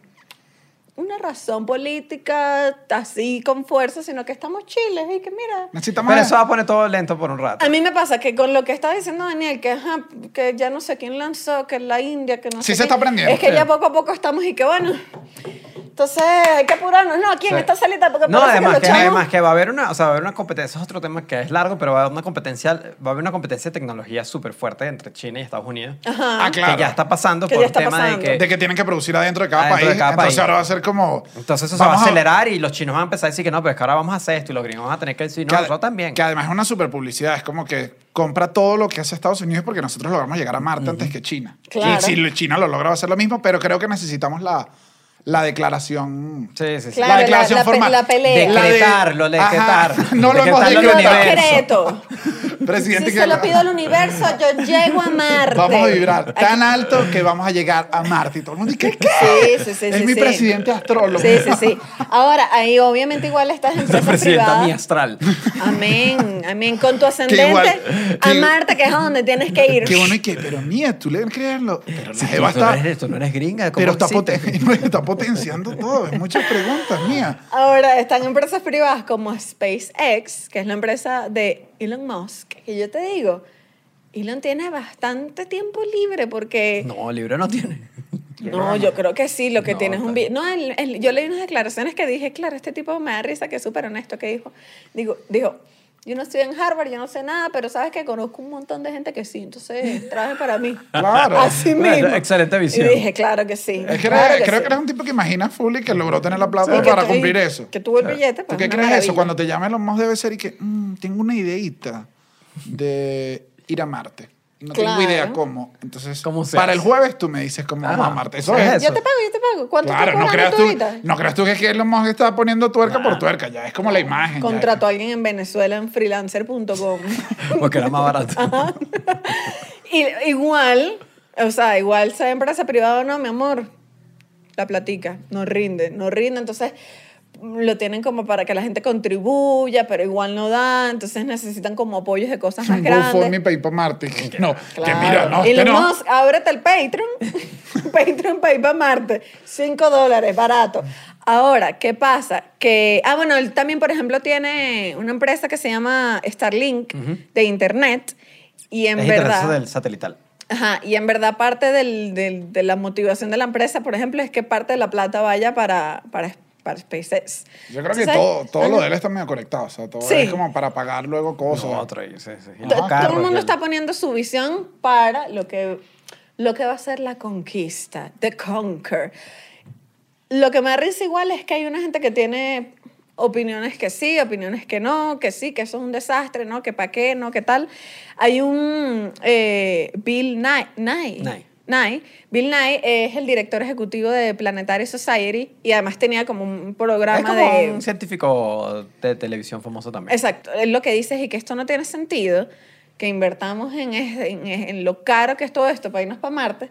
una razón política así con fuerza, sino que estamos chiles y que mira. Necesitamos... Pero eso va a poner todo lento por un rato. A mí me pasa que con lo que está diciendo Daniel, que, ajá, que ya no sé quién lanzó, que la India, que no Sí sé se quién, está aprendiendo. Es que ya poco a poco estamos y que bueno. Entonces hay que apurarnos. No, ¿quién? Sí. Esta salita, porque no, parece además que que, los chamos- además que va a haber una, o sea, va a haber una competencia, es otro tema que es largo, pero va a haber una competencia, va a haber una competencia de tecnología súper fuerte entre China y Estados Unidos. Ajá. Ah, claro. Que ya está pasando Que por ya el está tema pasando. de que de que tienen que producir adentro de cada Adentro de país. cada entonces país. ahora va a ser como. entonces eso vamos se va a acelerar y los chinos van a empezar a decir que no, pero es que ahora vamos a hacer esto y los gringos van a tener que decir no, que ad- nosotros también. Que además es una super publicidad. Es como que compra todo lo que hace Estados Unidos porque nosotros logramos llegar a Marte antes que China. Claro. Y si lo- China lo logra, va a ser lo mismo, pero creo que necesitamos la, la declaración. Sí, sí, sí. Claro, la- la declaración la pe- formal. la pelea. La de- Decretarlo, Ajá, decretar. No lo hemos Decretarlo Yo al decretado. lo universo. decreto. Presidente si que se lo pido al universo, yo llego a Marte. Vamos a vibrar tan alto que vamos a llegar a Marte. Y todo el mundo dice, ¿qué? Sí, sí, sí. Es sí, mi sí. presidente astrólogo. Sí, sí, sí. Ahora, ahí obviamente igual estas La empresas presidenta privadas. mi astral. Amén, amén. Con tu ascendente igual- a que- Marte, que es a donde tienes que ir. Qué bueno y qué, pero mía, tú le creerlo. Pero la Sí, jeva tú, está- no eres, tú no eres gringa. ¿cómo Pero está, existe? poten- está potenciando todo. Es muchas preguntas, mía. Ahora, están empresas privadas como SpaceX, que es la empresa de Elon Musk. Y yo te digo, Elon tiene bastante tiempo libre porque... No, libro no tiene. No, yo creo que sí, lo que No, tiene es un... está- vi- No, él- él- yo leí unas declaraciones que dije, claro, este tipo me da risa, que es súper honesto, que dijo, digo, dijo, yo no estoy en Harvard, yo no sé nada, pero sabes que conozco un montón de gente que sí, entonces trabaje para mí. Claro. Así Bueno, mismo. excelente visión. Y dije, claro que sí. Es que era- claro creo que sí". eres un tipo que imagina full y que logró tener la plata Y que para tu- cumplir y eso. Que tuvo el billete. ¿Tú pues, qué una crees eso? maravilla. Cuando te llamen los más debe ser y que mm, tengo una ideita de ir a Marte. no Claro. tengo idea cómo. Entonces, ¿Cómo se para hace? Ah, el jueves tú me dices cómo Ajá, vamos a Marte. Eso es es. eso. Yo te pago, yo te pago. ¿Cuánto Claro, estás no creas, cobrando tú, ahorita? no creas tú que es que Elon Musk está poniendo tuerca por tuerca. Ya es como la imagen. ya. Contrató a alguien en Venezuela en freelancer.com. Porque era más barato. Y igual, o sea, igual sea empresa privada o no, mi amor, la platica, no rinde, no rinde, entonces lo tienen como para que la gente contribuya, pero igual no da, entonces necesitan como apoyos de cosas más Un GoFundMe grandes. pay por Marte. No, que Claro. mira, no, Elon usted no. Musk, ábrete el Patreon. Patreon para ir para Marte. 5 dólares, barato. Ahora, ¿qué pasa? Que, ah, bueno, él también, por ejemplo, tiene una empresa que se llama Starlink de Internet. Y en es verdad. verdad. del satelital. Ajá, y en verdad parte del- del- de la motivación de la empresa, por ejemplo, es que parte de la plata vaya para, para, para SpaceX. Yo creo que Entonces, todo, todo lo ajá. de él está medio conectado. O sea, todo Sí. es como para pagar luego cosas. No, otro, sí, sí. Y To- los Ah, todo carros, el mundo que- está poniendo su visión para lo que, lo que va a ser la conquista, the conquer. Lo que me da risa igual es que hay una gente que tiene opiniones que sí, opiniones que no, que sí, que eso es un desastre, ¿no? Que para qué, ¿no? ¿Qué tal? Hay un eh, Bill Nye, Nye, Nye. Nye. Bill Nye es el director ejecutivo de Planetary Society y además tenía como un programa Es como de... un científico de televisión famoso también. Exacto, es lo que dices y que esto no tiene sentido, que invertamos en, es- en, e, en lo caro que es todo esto para irnos para Marte.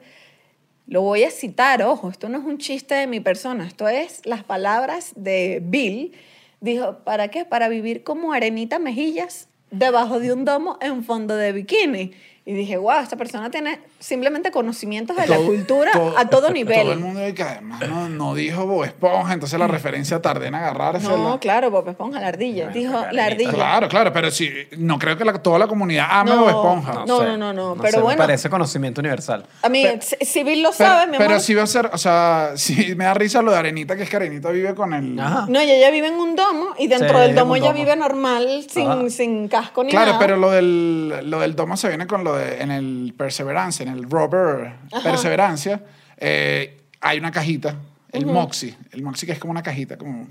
Lo voy a citar, ojo, esto no es un chiste de mi persona, esto es las palabras de Bill. Dijo, ¿para qué? Para vivir como arenita mejillas debajo de un domo en fondo de bikini. Y dije, wow, esta persona tiene simplemente conocimientos de la Todo- cultura todo- a todo nivel. Mm. Todo el mundo y que además no, no dijo Bob Esponja, entonces la referencia tardé en agarrarse. no, claro, Bob Esponja, la ardilla. Bueno, Dijo, qué la carita. ardilla. Claro, claro, pero sí, no creo que la- toda la comunidad ame No, Bob Esponja. no, no, no, no, pero me bueno. Parece conocimiento universal. A mí, si- si Bill lo Pero, sabe, mi amor. pero sí va a ser, o sea, sí me da risa lo de Arenita, que es que Arenita vive con el... Ajá. Ah. No, y ella vive en un domo y dentro Sí, del vive en domo un ella domo. vive normal, sin, Ajá. sin casco ni Claro, nada. pero lo del, lo del domo se viene con lo de en el Perseverance, en el Rover Ajá. Perseverancia, eh, hay una cajita, el Moxie. El Moxie que es como una cajita, como,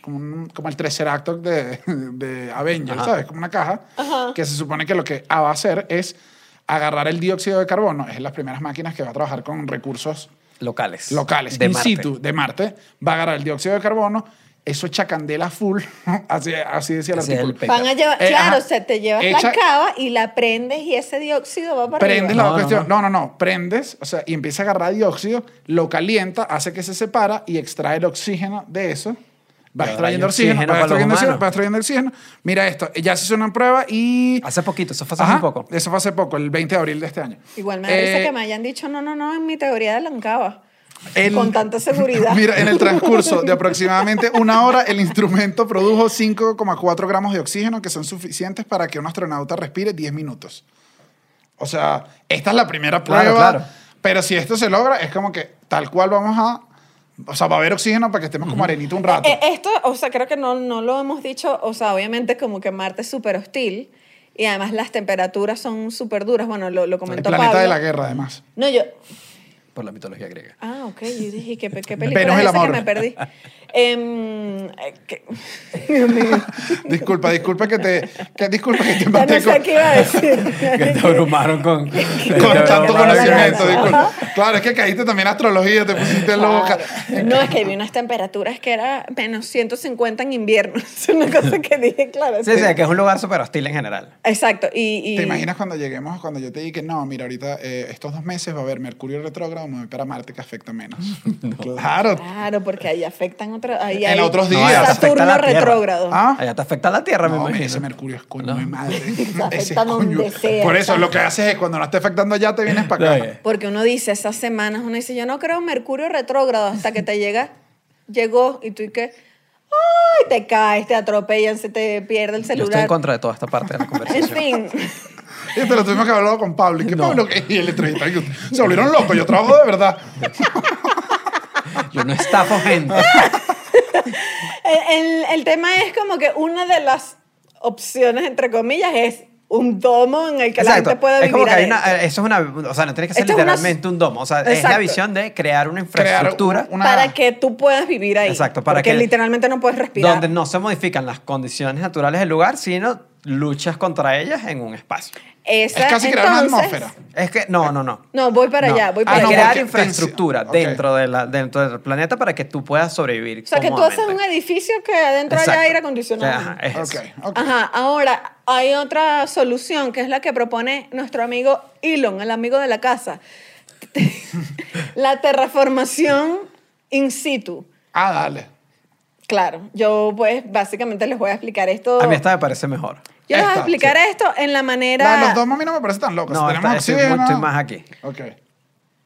como, un- como el tercer acto de, de Avengers, Ajá. ¿sabes? Como una caja que se supone que lo que ah, va a hacer es agarrar el dióxido de carbono. Es las primeras máquinas que va a trabajar con recursos Locales. locales, De in Marte. situ, de Marte, va a agarrar el dióxido de carbono, eso echa candela full, así, así decía el Ese es el artículo. pe- Van a llevar, Eh, claro, ajá. se te llevas la Echa- cava y la prendes y ese dióxido va para Prendes arriba. la No, no, cuestión. No, no, no, Prendes, o sea, y empieza a agarrar dióxido, lo calienta, hace que se separa y extrae el oxígeno de eso. Va Pero extrayendo hay oxígeno, oxígeno va para los extrayendo oxígeno, humanos. va extrayendo oxígeno. Mira esto, ya se hizo una prueba y... Hace poquito, eso fue hace Ajá, muy poco. Eso fue hace poco, el 20 de abril de este año. Igual me da risa Eh, que me hayan dicho, no, no, no, en mi teoría de la cava. El- Con tanta seguridad. Eh, Mira, en el transcurso de aproximadamente una hora, el instrumento produjo 5,4 gramos de oxígeno que son suficientes para que un astronauta respire 10 minutos. O sea, esta es la primera prueba. Claro, claro. Pero si esto se logra, es como que tal cual vamos a... O sea, va a haber oxígeno para que estemos como arenita un rato. Eh, esto, o sea, creo que no, no lo hemos dicho, o sea, obviamente como que Marte es súper hostil y además las temperaturas son súper duras, bueno, lo, lo el comentó planeta Pablo. de la guerra, además. No, yo, Por la mitología griega. Ah, ok. Yo dije, ¿qué, pe- qué película Pero es es el esa que amor. me perdí? Em, eh, que- Dios mío. Disculpa, disculpa que te... Que, disculpa que te Ya no maté con, sé qué iba a decir. Que te abrumaron con, con tanto la conocimiento. grasa. disculpa. Claro, es que caíste también en astrología, te pusiste loca. Claro. No, es que vi unas temperaturas que era menos 150 en invierno. Es una cosa que dije, claro. Sí, sí, que es un lugar súper hostil en general. Exacto. Y, y- ¿Te imaginas cuando lleguemos, cuando yo te dije que no, mira, ahorita eh, estos dos meses va a haber Mercurio retrógrado, me voy para Marte que afecta menos? Claro. Ah, Claro, porque ahí afectan otro, ahí En hay otros días. No, afecta a Saturno la Tierra. retrógrado. Ah. Allá te afecta la Tierra, No, me me imagino. ese Mercurio es coño No. de madre. afecta Ese es donde coño. sea, Por eso, exacto. lo que haces es cuando no esté afectando allá, te vienes para acá. Oye, Porque uno dice esas semanas, uno dice, yo no creo en Mercurio retrógrado hasta que te llega, llegó y tú y que, ay, te caes, te atropellan, se te pierde el Yo estoy en celular. contra de toda esta parte de la En conversación. fin, Y te lo tuvimos que hablar con Pablo. ¿Y qué No. Pablo? ¿Qué? Y el entrevistado, que Se volvieron locos, yo trabajo de verdad. Yo no estafo gente. el, el- el tema es como que una de las opciones, entre comillas, es un domo en el que la gente pueda es vivir. como que hay adentro. una, eh, eso es una, o sea, no tiene que ser Esto es una- literalmente un domo, o sea, es la Exacto. visión de crear una Crear infraestructura una- Para que tú puedas vivir ahí. Exacto, para porque que- literalmente no puedes respirar. donde no se modifican las condiciones naturales del lugar, sino luchas contra ellas en un espacio. Esa, Es casi crear una entonces- atmósfera. Es que, no, no, no. No, voy para No. allá, voy Hay para que no, allá. crear porque- infraestructura Ok. dentro, de la, dentro del planeta para que tú puedas sobrevivir. O sea, que tú haces un cómodamente. edificio que adentro haya Exacto. aire acondicionado. Ajá, es Ok, eso. ok. Ajá, ahora hay otra solución que es la que propone nuestro amigo Elon, el amigo de la casa. la terraformación in situ. Ah, dale. Claro, yo pues básicamente les voy a explicar esto. A mí esta me parece mejor. Yo les voy a esta, explicar esto en la manera... La de los dos a mí no me parece tan loco. No, si tenemos esta- estoy oxígeno... mu- estoy más aquí. Ok.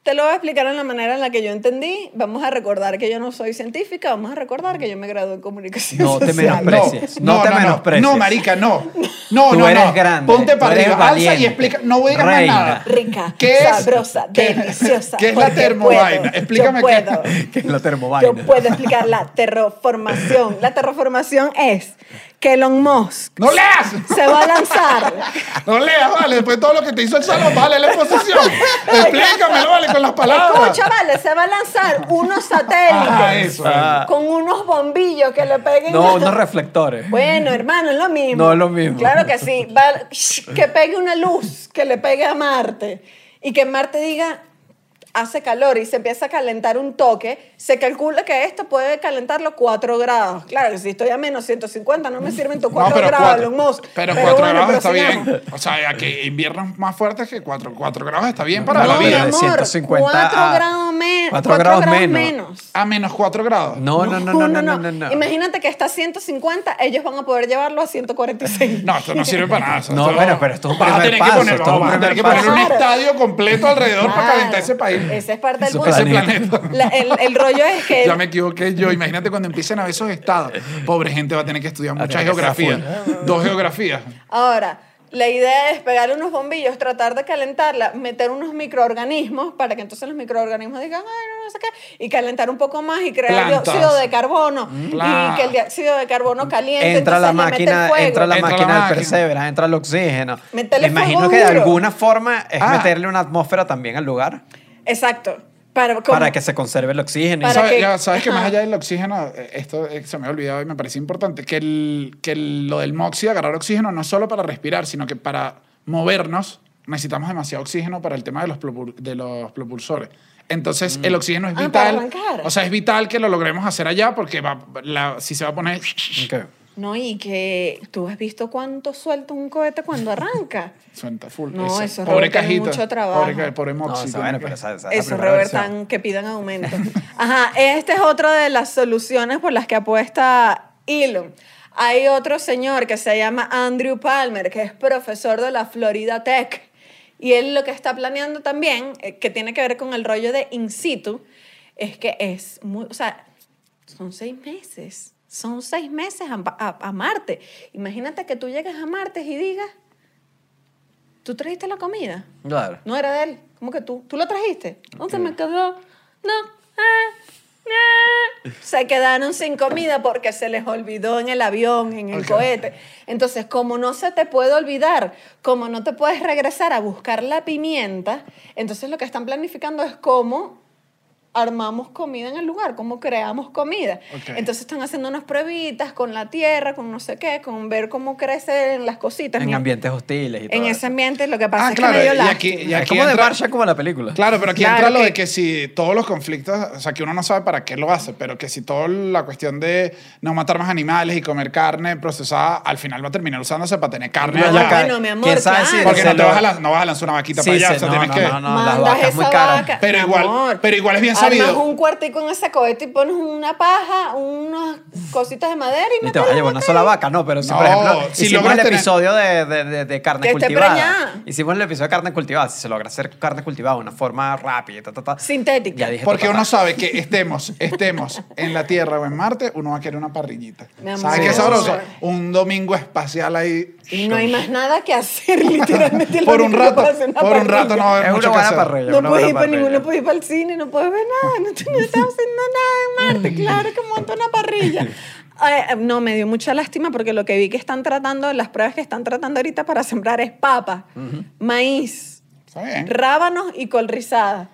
Te lo voy a explicar en la manera en la que yo entendí. Vamos a recordar que yo no soy científica, vamos a recordar que yo me gradué en comunicación. No te social. No, menosprecies. No, te menosprecies. No, marica, no. No, Tú no, eres no. grande, Ponte tú para eres arriba. Alza y valiente, explica. No voy a digas más reina. nada. Rica, ¿Qué es- sabrosa, qué- deliciosa. ¿Qué es la porque termovaina? puedo, Explícame yo qué. puedo. que es la Yo termovaina. puedo explicar la terraformación. La terraformación es que Elon Musk ¡No leas! se va a lanzar. No leas, vale. Después de todo lo que te hizo el salón, vale, la exposición. Explícamelo, vale, con las palabras. Escucha, vale, se va a lanzar unos Ah, satélites eso. eso. con unos bombillos que le peguen. No, a- unos reflectores. Bueno, hermano, es lo mismo. No es lo mismo. Claro que sí. Va- shh, que pegue una luz, que le pegue a Marte. Y que Marte diga, hace calor y se empieza a calentar un toque. Se calcula que esto puede calentarlo 4 grados. Claro que si estoy a menos 150, no me sirven tus 4 grados, cuatro- Elon Musk. Pero 4 bueno, grados está prosigamos. bien. O sea, aquí inviernos más fuertes que 4 4 grados está bien para No, la No, mi vida. de amor, 150 cuatro a- grados menos. ah, cuatro 4 grados grados, menos. menos. A menos 4 grados. No, no, no, no, no, no, no. no. Imagínate que está a 150, ellos van a poder llevarlo a 146. No, esto no sirve para nada. o sea, No, esto bueno, pero esto es un vas a primer tener paso, Que poner, esto es un vas a tener primer que poner un paso. estadio completo alrededor para Claro. calentar ese país. Ese es parte del Ese punto. Ese planeta. planeta. La- el, el rollo es que Ya me equivoqué yo. Imagínate cuando empiecen a ver esos estados. Pobre gente va a tener que estudiar Va a mucha tener que ser geografía. Dos geografías. ahora la idea es pegar unos bombillos, tratar de calentarla, meter unos microorganismos para que entonces los microorganismos digan, ay, no, no sé qué, y calentar un poco más y crear Plantas. Mm. dióxido de carbono Claro. y que el dióxido de carbono caliente. Entra la, entonces le mete máquina, fuego. entra la Entra la máquina del máquina. Perseverance, entra el oxígeno. Métele Me imagino fuego que de duro. alguna forma es Ah. meterle una atmósfera también al lugar Exacto. Para, como- para que se conserve el oxígeno. y Para eso. ¿Sabes que- ya sabes que más Ajá. allá del oxígeno, eh, esto eh, se me ha olvidado y me parece importante, que, el, que el- lo del moxi, agarrar oxígeno, no solo para respirar, sino que para movernos necesitamos demasiado oxígeno para el tema de los, propul- de los propulsores. Entonces, Mm. el oxígeno es Ah, para vital. arrancar. O sea, es vital que lo logremos hacer allá porque va- la- si se va a poner... Ok. No, y que tú has visto cuánto suelta un cohete cuando arranca. Suelta full. No, eso pobre requiere cajita. mucho trabajo. Pobre, ca- pobre No, moxi. o sea, bueno, pero esa- esa es la Eso, primera Robert, versión. tan que pidan aumento. Ajá, esta es otra de las soluciones por las que apuesta Elon. Hay otro señor que se llama Andrew Palmer, que es profesor de la Florida Tech. Y él lo que está planeando también, eh, que tiene que ver con el rollo de in situ, es que es muy, o sea, son seis meses. Son seis meses a, a- a Marte. Imagínate que tú llegas a Marte y digas, ¿tú trajiste la comida? Claro. No era de él. ¿Cómo que tú? ¿Tú lo trajiste? No, se me quedó. No. Ah, ah. Se quedaron sin comida porque se les olvidó en el avión, en el Ok. cohete. Entonces, como no se te puede olvidar, como no te puedes regresar a buscar la pimienta, entonces lo que están planificando es cómo armamos comida en el lugar, cómo creamos comida. Ok. Entonces están haciendo unas pruebitas con la tierra, con no sé qué, con ver cómo crecen las cositas. En Mira, ambientes hostiles y todo. en eso. ese ambiente lo que pasa Ah, es claro. que medio Y aquí, lástima. y es aquí como de entra- Barça, como la película. Claro, pero aquí Claro entra lo que- de que si todos los conflictos, o sea, que uno no sabe para qué lo hace, pero que si toda la cuestión de no matar más animales y comer carne procesada, al final va a terminar usándose para tener carne No, allá. bueno, mi amor, ¿Quién sabe si claro. porque no se te, lo- vas a lan- no vas a lanzar una vaquita Sí, para allá, se- o sea, no, tienes no, que... no, no, las Mandas vacas muy esa caras. vaca. Pero Mi igual- amor, pero igual es bien armas sabido. un cuartico en ese cohete y pones una paja, unas cositas de madera y Y te vas a metes la llevar una vaca sola vaca, no, pero si No, por ejemplo si hicimos logras el tener- episodio de, de, de- de carne Que esté cultivada. preñada. Hicimos el episodio de carne cultivada, si se logra hacer carne cultivada de una forma rápida, ta, ta, ta. Sintética. Ya dije, Porque ta, ta, ta. uno sabe que estemos, estemos en la Tierra o en Marte, uno va a querer una parrillita. Mi amor. ¿Sabes qué Sí. sabroso? Un domingo espacial ahí. Y no hay más nada que hacer, literalmente. lo Por un único que rato, puedes hacer es una por un rato no parrilla. va a haber Es una mucho que buena hacer. parrilla. No una puedes buena ir para parrilla. ninguno, no puedes ir para el cine, no puedes ver nada, no, te- no estás haciendo nada en Marte, claro que monta una parrilla. Eh, no, me dio mucha lástima porque lo que vi que están tratando, las pruebas que están tratando ahorita para sembrar es papa, maíz, Está bien. rábanos y col rizada.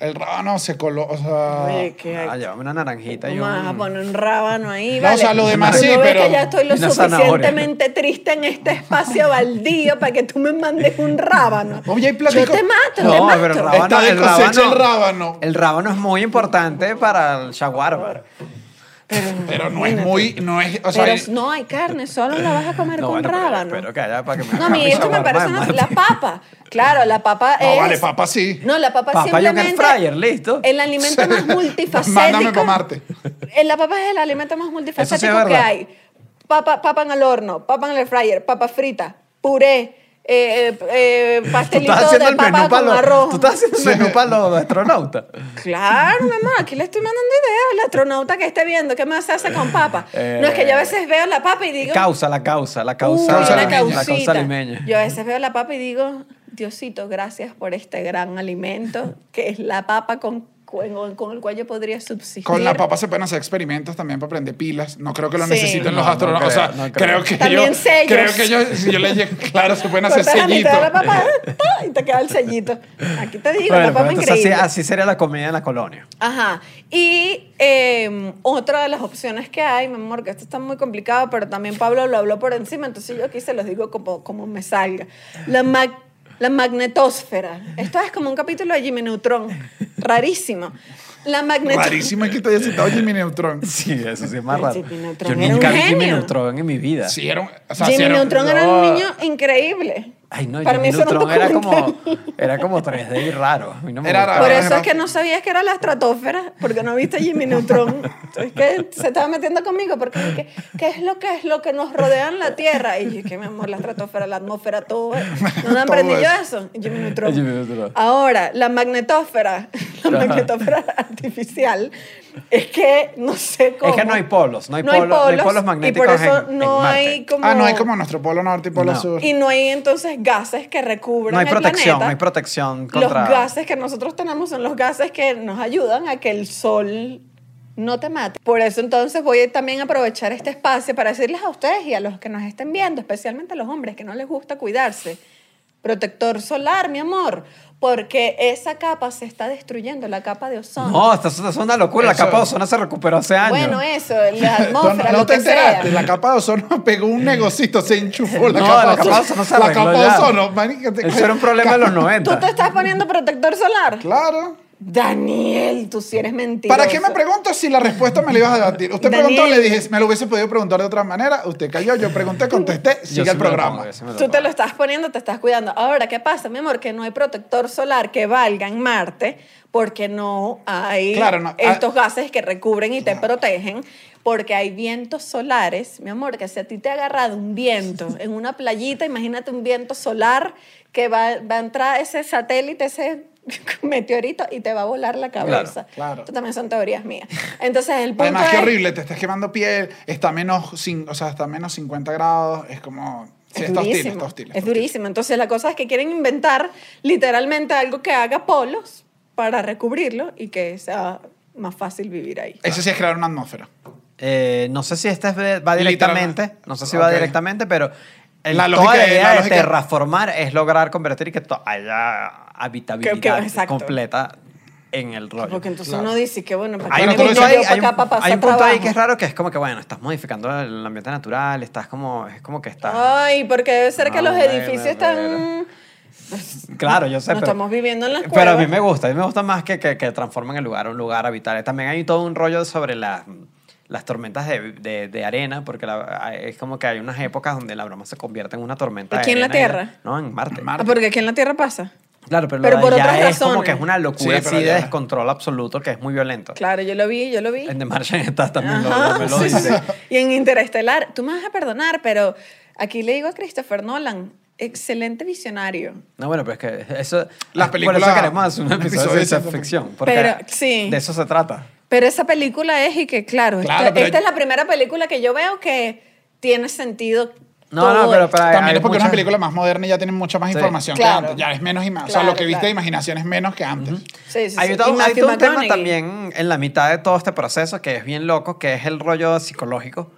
El rábano se coló, o sea... Oye, que Ah, hay. llevame una naranjita y un... Vamos a poner un rábano ahí. No, vale. o sea, lo demás Tú sí, ves pero- que ya estoy lo Y una zanahoria. suficientemente triste en este espacio baldío para que tú me mandes un rábano. Oye, hay platico- Yo te mato, te No, mato. pero el rábano, Está de el, cosecha rábano, el rábano. el rábano es muy importante para el shawarma. Pero no es muy... No es, o sea, Pero el- no hay carne, solo la vas a comer con bueno, pero rábano. espero que haya para que me No, haga a mí mi esto me shawarma parece de una, Marte. la papa. Claro, la papa No, es... vale, papa sí. No, la papa, Papa y un air simplemente... fryer, listo. El alimento más multifacético. Mándame pa' Marte. Eh, La papa es el alimento más Eso sí multifacético es verdad. que hay. Papa, papa en el horno, papa en el fryer, papa frita, puré, eh, eh, eh, Tú pastelito estás haciendo de el papa menú con para los, arroz. tú estás haciendo el menú Sí. para los astronautas. Claro, mi amor, aquí le estoy mandando ideas al astronauta que esté viendo qué más se hace con papa. no es que yo a veces veo la papa y digo... Causa, la causa, la Uy, Eh, causa, Causa una limeña. la causa causita. limeña. Yo a veces veo la papa y digo, Diosito, gracias por este gran alimento, que es la papa con, con, con el cual yo podría subsistir. Con la papa se pueden hacer experimentos también para prender pilas. No creo que lo Sí. necesiten los No, no astronautas. o sea, creo, creo. no creo. que También yo... sellos. Creo que yo... Si yo le llego... Claro, se pueden hacer Cortas la sellitos. mitad de la papa ¡ta! y te queda el sellito. Aquí te digo, Bueno, la papa pues, entonces así, increíble. así sería la comida en la colonia. Ajá. Y eh, otra de las opciones que hay, mi amor, que esto está muy complicado, pero también Pablo lo habló por encima, entonces yo aquí se los digo como, como me salga. La, mag- la magnetosfera. Esto es como un capítulo de Jimmy Neutron. Rarísimo. La magnetosfera. Rarísimo es que te haya citado Jimmy Neutron. Sí, eso sí es más raro. Jimmy Yo Neutron era nunca un vi Jimmy genio. Neutron en mi vida. Sí, era un- o sea, sí Jimmy era un- Neutron era un No. niño increíble. Ay, no, Para mí Jimmy eso era un Neutron era como, documental. era como 3D y raro. A mí no me Era gustaba. raro. Por eso ¿verdad? es que no sabías que era la estratosfera, porque no viste Jimmy Neutron. Es que se estaba metiendo conmigo, porque es que, ¿qué es lo que es lo que nos rodea en la Tierra? Y yo, que mi amor, la estratosfera, la atmósfera, todo. eh, No Todo me aprendí yo eso. eso. Jimmy Neutron. Jimmy Neutron. Ahora, la magnetósfera, la magnetósfera artificial, es que no sé cómo. Es que no hay polos, no hay polo- no hay polos magnéticos Y por eso en- en no Marte. hay como. Ah, no hay como nuestro polo norte y polo No. sur. Y no hay entonces gases que recubran No hay el protección, planeta. no hay protección contra... Los gases que nosotros tenemos son los gases que nos ayudan a que el sol no te mate. Por eso entonces voy a también aprovechar este espacio para decirles a ustedes y a los que nos estén viendo, especialmente a los hombres que no les gusta cuidarse, protector solar, mi amor, porque esa capa se está destruyendo, la capa de ozono. No, esto, esto es una locura. Eso- La capa de ozono se recuperó hace años. bueno, eso, la Tú no- atmósfera, no lo te que sea. enteraste, la capa de ozono pegó un negocito, se enchufó la No, capa la capa de ozono se La arregló capa de ya. ozono, marica, te- Eso era un problema de los 90. ¿Tú te estás poniendo protector solar? Claro. Daniel, tú sí eres mentiroso. ¿Para qué me preguntas si la respuesta me la ibas a debatir? Usted Daniel. preguntó, le dije, me lo hubiese podido preguntar de otra manera. Usted cayó, yo pregunté, contesté, Yo sigue el sí me lo programa. pongo, yo sí me lo Tú te pongo. lo estás poniendo, te estás cuidando. Ahora, ¿qué pasa, mi amor? Que no hay protector solar que valga en Marte porque no hay Claro, no, ah- estos gases que recubren y te protegen. Porque hay vientos solares, mi amor, que si a ti te ha agarrado un viento en una playita, imagínate un viento solar que va, va a entrar ese satélite, ese meteorito y te va a volar la cabeza. claro. Esto también son teorías mías. Entonces, el punto Además, qué es- horrible, te estás quemando piel, está a menos, cin- o sea, está a menos 50 grados, es como... sí, Es está hostil, durísimo. está hostil. es está hostil. durísimo. Entonces la cosa es que quieren inventar literalmente algo que haga polos para recubrirlo y que sea más fácil vivir ahí. Eso sí es crear una atmósfera. Eh, no sé si este es- va directamente, no sé si va Ok. directamente, pero el- La toda lógica la es- idea la de lógica- terraformar es lograr convertir y que to- haya Que- que- habitabilidad exacto. completa en el rollo. Porque entonces Claro. uno dice que bueno, ¿para Hay qué Bueno, un tú lo me punto, vine dices- ahí, yo hay un- para acá para hay pasar un punto ahí que es trabajo? raro que es como que, bueno, estás modificando el ambiente natural, estás como, es como que estás... Ay, porque debe ser que No, los Ah, bueno, edificios pero- están... Claro, yo sé. No pero- eh, estamos viviendo en las Pero a cuevas. mí me gusta, a mí me gusta más que, que, que transformen el lugar a un lugar habitable. También hay todo un rollo sobre las, las tormentas de, de- de arena, porque la- es como que hay unas épocas donde la broma se convierte en una tormenta Aquí de en la arena y Tierra. no, en Marte. Ah, porque aquí en la Tierra pasa. Claro, pero, lo Pero de por allá otras es como razones. que es una Sí, locura pero así de allá- descontrol absoluto que es muy violento. Claro, yo lo vi, yo lo vi. En The Martian estás también, lo, Ajá, lo- me lo sí, dice. sí. Y en Interestelar, tú me vas a perdonar, pero aquí le digo a Christopher Nolan, excelente visionario. No, bueno, pero es que eso... Las Por eso películas- queremos hacer un un episodio de episodio de ciencia ciencia ficción, porque Pero, sí. de eso se trata. Pero esa película es y que, claro, esta- Claro, esta, pero- es la primera película que yo veo que tiene sentido. No, todo no, pero esto. para- También hay es porque es una muchas- película más moderna y ya tienen mucha más Sí. información Claro. que antes. Ya es menos y más. o Claro, sea, lo que viste de claro. imaginación es menos que antes. Sí, sí, sí. Hay Y todo, hay Matthew todo un tema McConaughey. también en la mitad de todo este proceso que es bien loco, que es el rollo psicológico,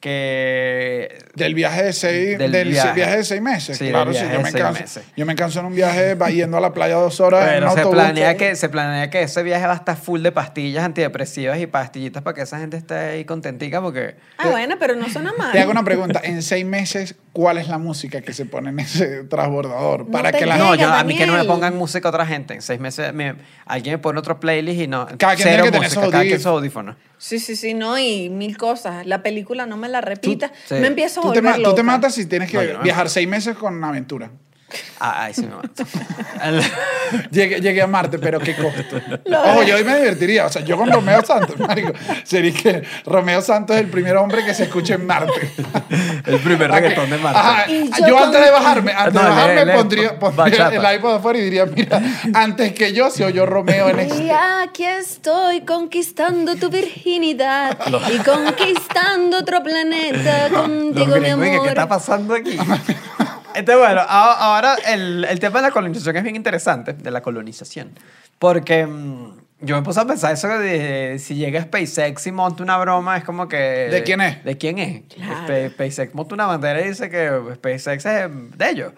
que Del viaje de seis, Del del, viaje. viaje. de seis meses. Sí, del claro, sí, viaje yo de me seis canso. meses. Yo me canso en un viaje va yendo a la playa dos horas en Bueno, se autobús. planea, que, se planea que ese viaje va a estar full de pastillas antidepresivas y pastillitas para que esa gente esté ahí contentica porque... Ah, bueno, pero no suena mal. Te hago una pregunta. En seis meses, ¿cuál es la música que se pone en ese transbordador? No Para te que la No, Venga, yo, a mí que no me Daniel. pongan música otra gente. En seis meses me- alguien me pone otro playlist y no... Cada quien tiene cero que tener música, sus cada quien su audífonos. audífono. Sí, sí, sí, no, y mil cosas. La película no me la repitas. sí. Me empiezo a Tú te, volver ma- tú te loca. matas si tienes que No, yo no me viajar seis meses con una aventura. Ah, Ay, sí me mato. Llegué, llegué a Marte, pero qué costo. Lo- Ojo, yo hoy me divertiría. O sea, yo con Romeo Santos, marico. Sería que Romeo Santos es el primer hombre que se escuche en Marte. El primer reggaetón de Marte. Ajá, Ah, Y yo yo antes de con- bajarme, antes No, de lee, bajarme lee, pondría, pondría bachata. el iPod afuera y diría, mira, antes que yo se oyó Romeo en Y este. aquí estoy conquistando tu virginidad y conquistando otro planeta Los contigo, gringos, mi ¿qué- amor. Este, ¿Qué está pasando aquí? Entonces, bueno, a- ahora el, el tema de la colonización es bien interesante, de la colonización, porque mm, yo me puse a pensar eso de si llega SpaceX y monta una broma, es como que... ¿De quién es? ¿De quién es? Claro. Spe- SpaceX monta una bandera y dice que SpaceX es de ellos.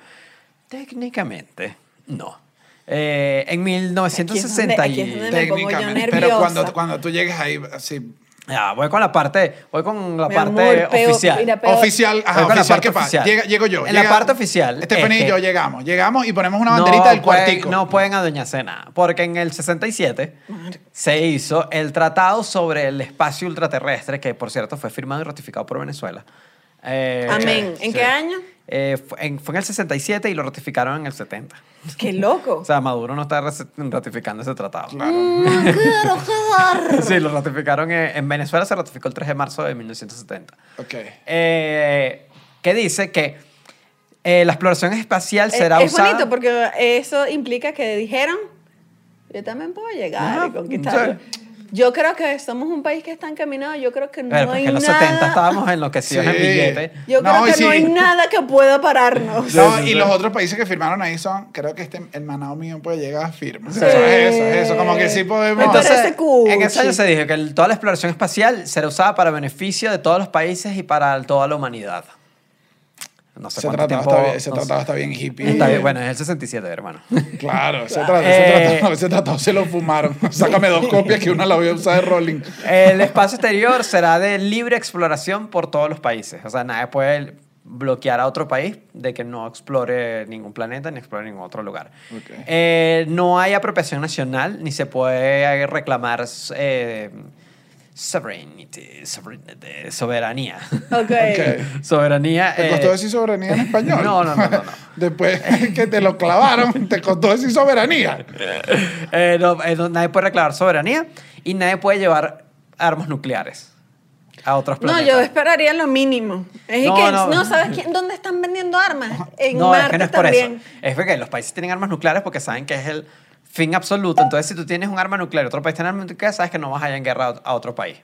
Técnicamente, no. Eh, en Aquí es donde- 1960 aquí y... es donde me pongo yo Técnicamente. nerviosa. Pero cuando, cuando tú llegas ahí, así, Ah, voy con la parte, voy con la Mi parte amor, peor- oficial. mira, peor- Oficial, Voy ajá, con la oficial, parte ¿qué pasa? oficial. Llega- llego yo. En la llega- parte oficial, Estefanía es y yo que- llegamos. Llegamos y ponemos una banderita del pueden- cuartico. No pueden adueñarse nada, porque en el 67 se hizo el Tratado sobre el Espacio Ultraterrestre, que por cierto fue firmado y ratificado por Venezuela. Eh, Amén. ¿En qué año? Eh, fue, en, fue en el 67 y lo ratificaron en el 70. Qué loco. O sea, Maduro no está res- ratificando ese tratado. No quiero quedar. Sí, lo ratificaron en, en Venezuela, se ratificó el 3 de marzo de 1970. Ok. Eh, que dice que eh, la exploración espacial Eh, será es usada... bonito porque eso implica que dijeron, yo también puedo llegar Ajá, y conquistarlo. Yo creo que somos un país que está encaminado, yo creo que no Bueno, porque hay en los nada. 70 estábamos enloquecidos en Sí. billete. Yo No, creo y que no sí. hay nada que pueda pararnos. No, sí, y sí. los otros países que firmaron ahí son, creo que este, el Manao mío puede llegar a firma. Sí. Eso es eso, es eso. Como que sí podemos. Me parece Entonces, cuchi. en ese año se dijo que el- toda la exploración espacial será usada para beneficio de todos los países y para toda la humanidad. No sé ese cuánto tratado, tiempo... está bien, ese no sé. tratado está bien hippie. Está bien, bueno, es el 67, hermano. Claro, ese tratado, Eh. ese, tratado, ese tratado se lo fumaron. Sácame dos copias que una la voy a usar de Rolling. El espacio exterior será de libre exploración por todos los países. O sea, nadie puede bloquear a otro país de que no explore ningún planeta ni explore ningún otro lugar. Ok. Eh, no hay apropiación nacional ni se puede reclamar eh, sovereignty, sovereignty, soberanía. Ok. Ok. soberanía. ¿Te eh, costó decir soberanía en español? No, no, no, no, no. Después que te lo clavaron, te costó decir soberanía. eh, no, eh, no, nadie puede reclamar soberanía y nadie puede llevar armas nucleares a otros No, planetas. yo esperaría lo mínimo. Es No, que, no. no. ¿sabes quién- dónde están vendiendo armas? En no, Marte es que no es por también. eso. Es porque los países tienen armas nucleares porque saben que es el fin absoluto. Entonces, si tú tienes un arma nuclear y otro país tiene arma nuclear, sabes que no vas a ir en guerra a- a otro país.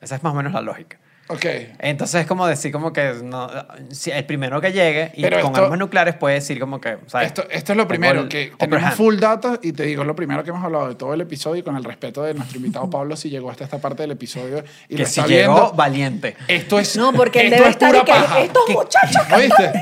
Esa es más o menos la lógica. Ok. Entonces, es como decir como que no- si el primero que llegue y Pero con esto- armas nucleares puede decir como que, ¿sabes? Esto, esto es lo Tengo primero, el que upper tenemos hand. full data y te digo, lo primero que hemos hablado de todo el episodio y con el respeto de nuestro invitado Pablo si llegó hasta esta parte del episodio y Que lo si está llegó, viendo. Eh, valiente. Esto es No, porque él esto debe es estar pura y que paja. estos ¿Qué- muchachos que ¿Oíste?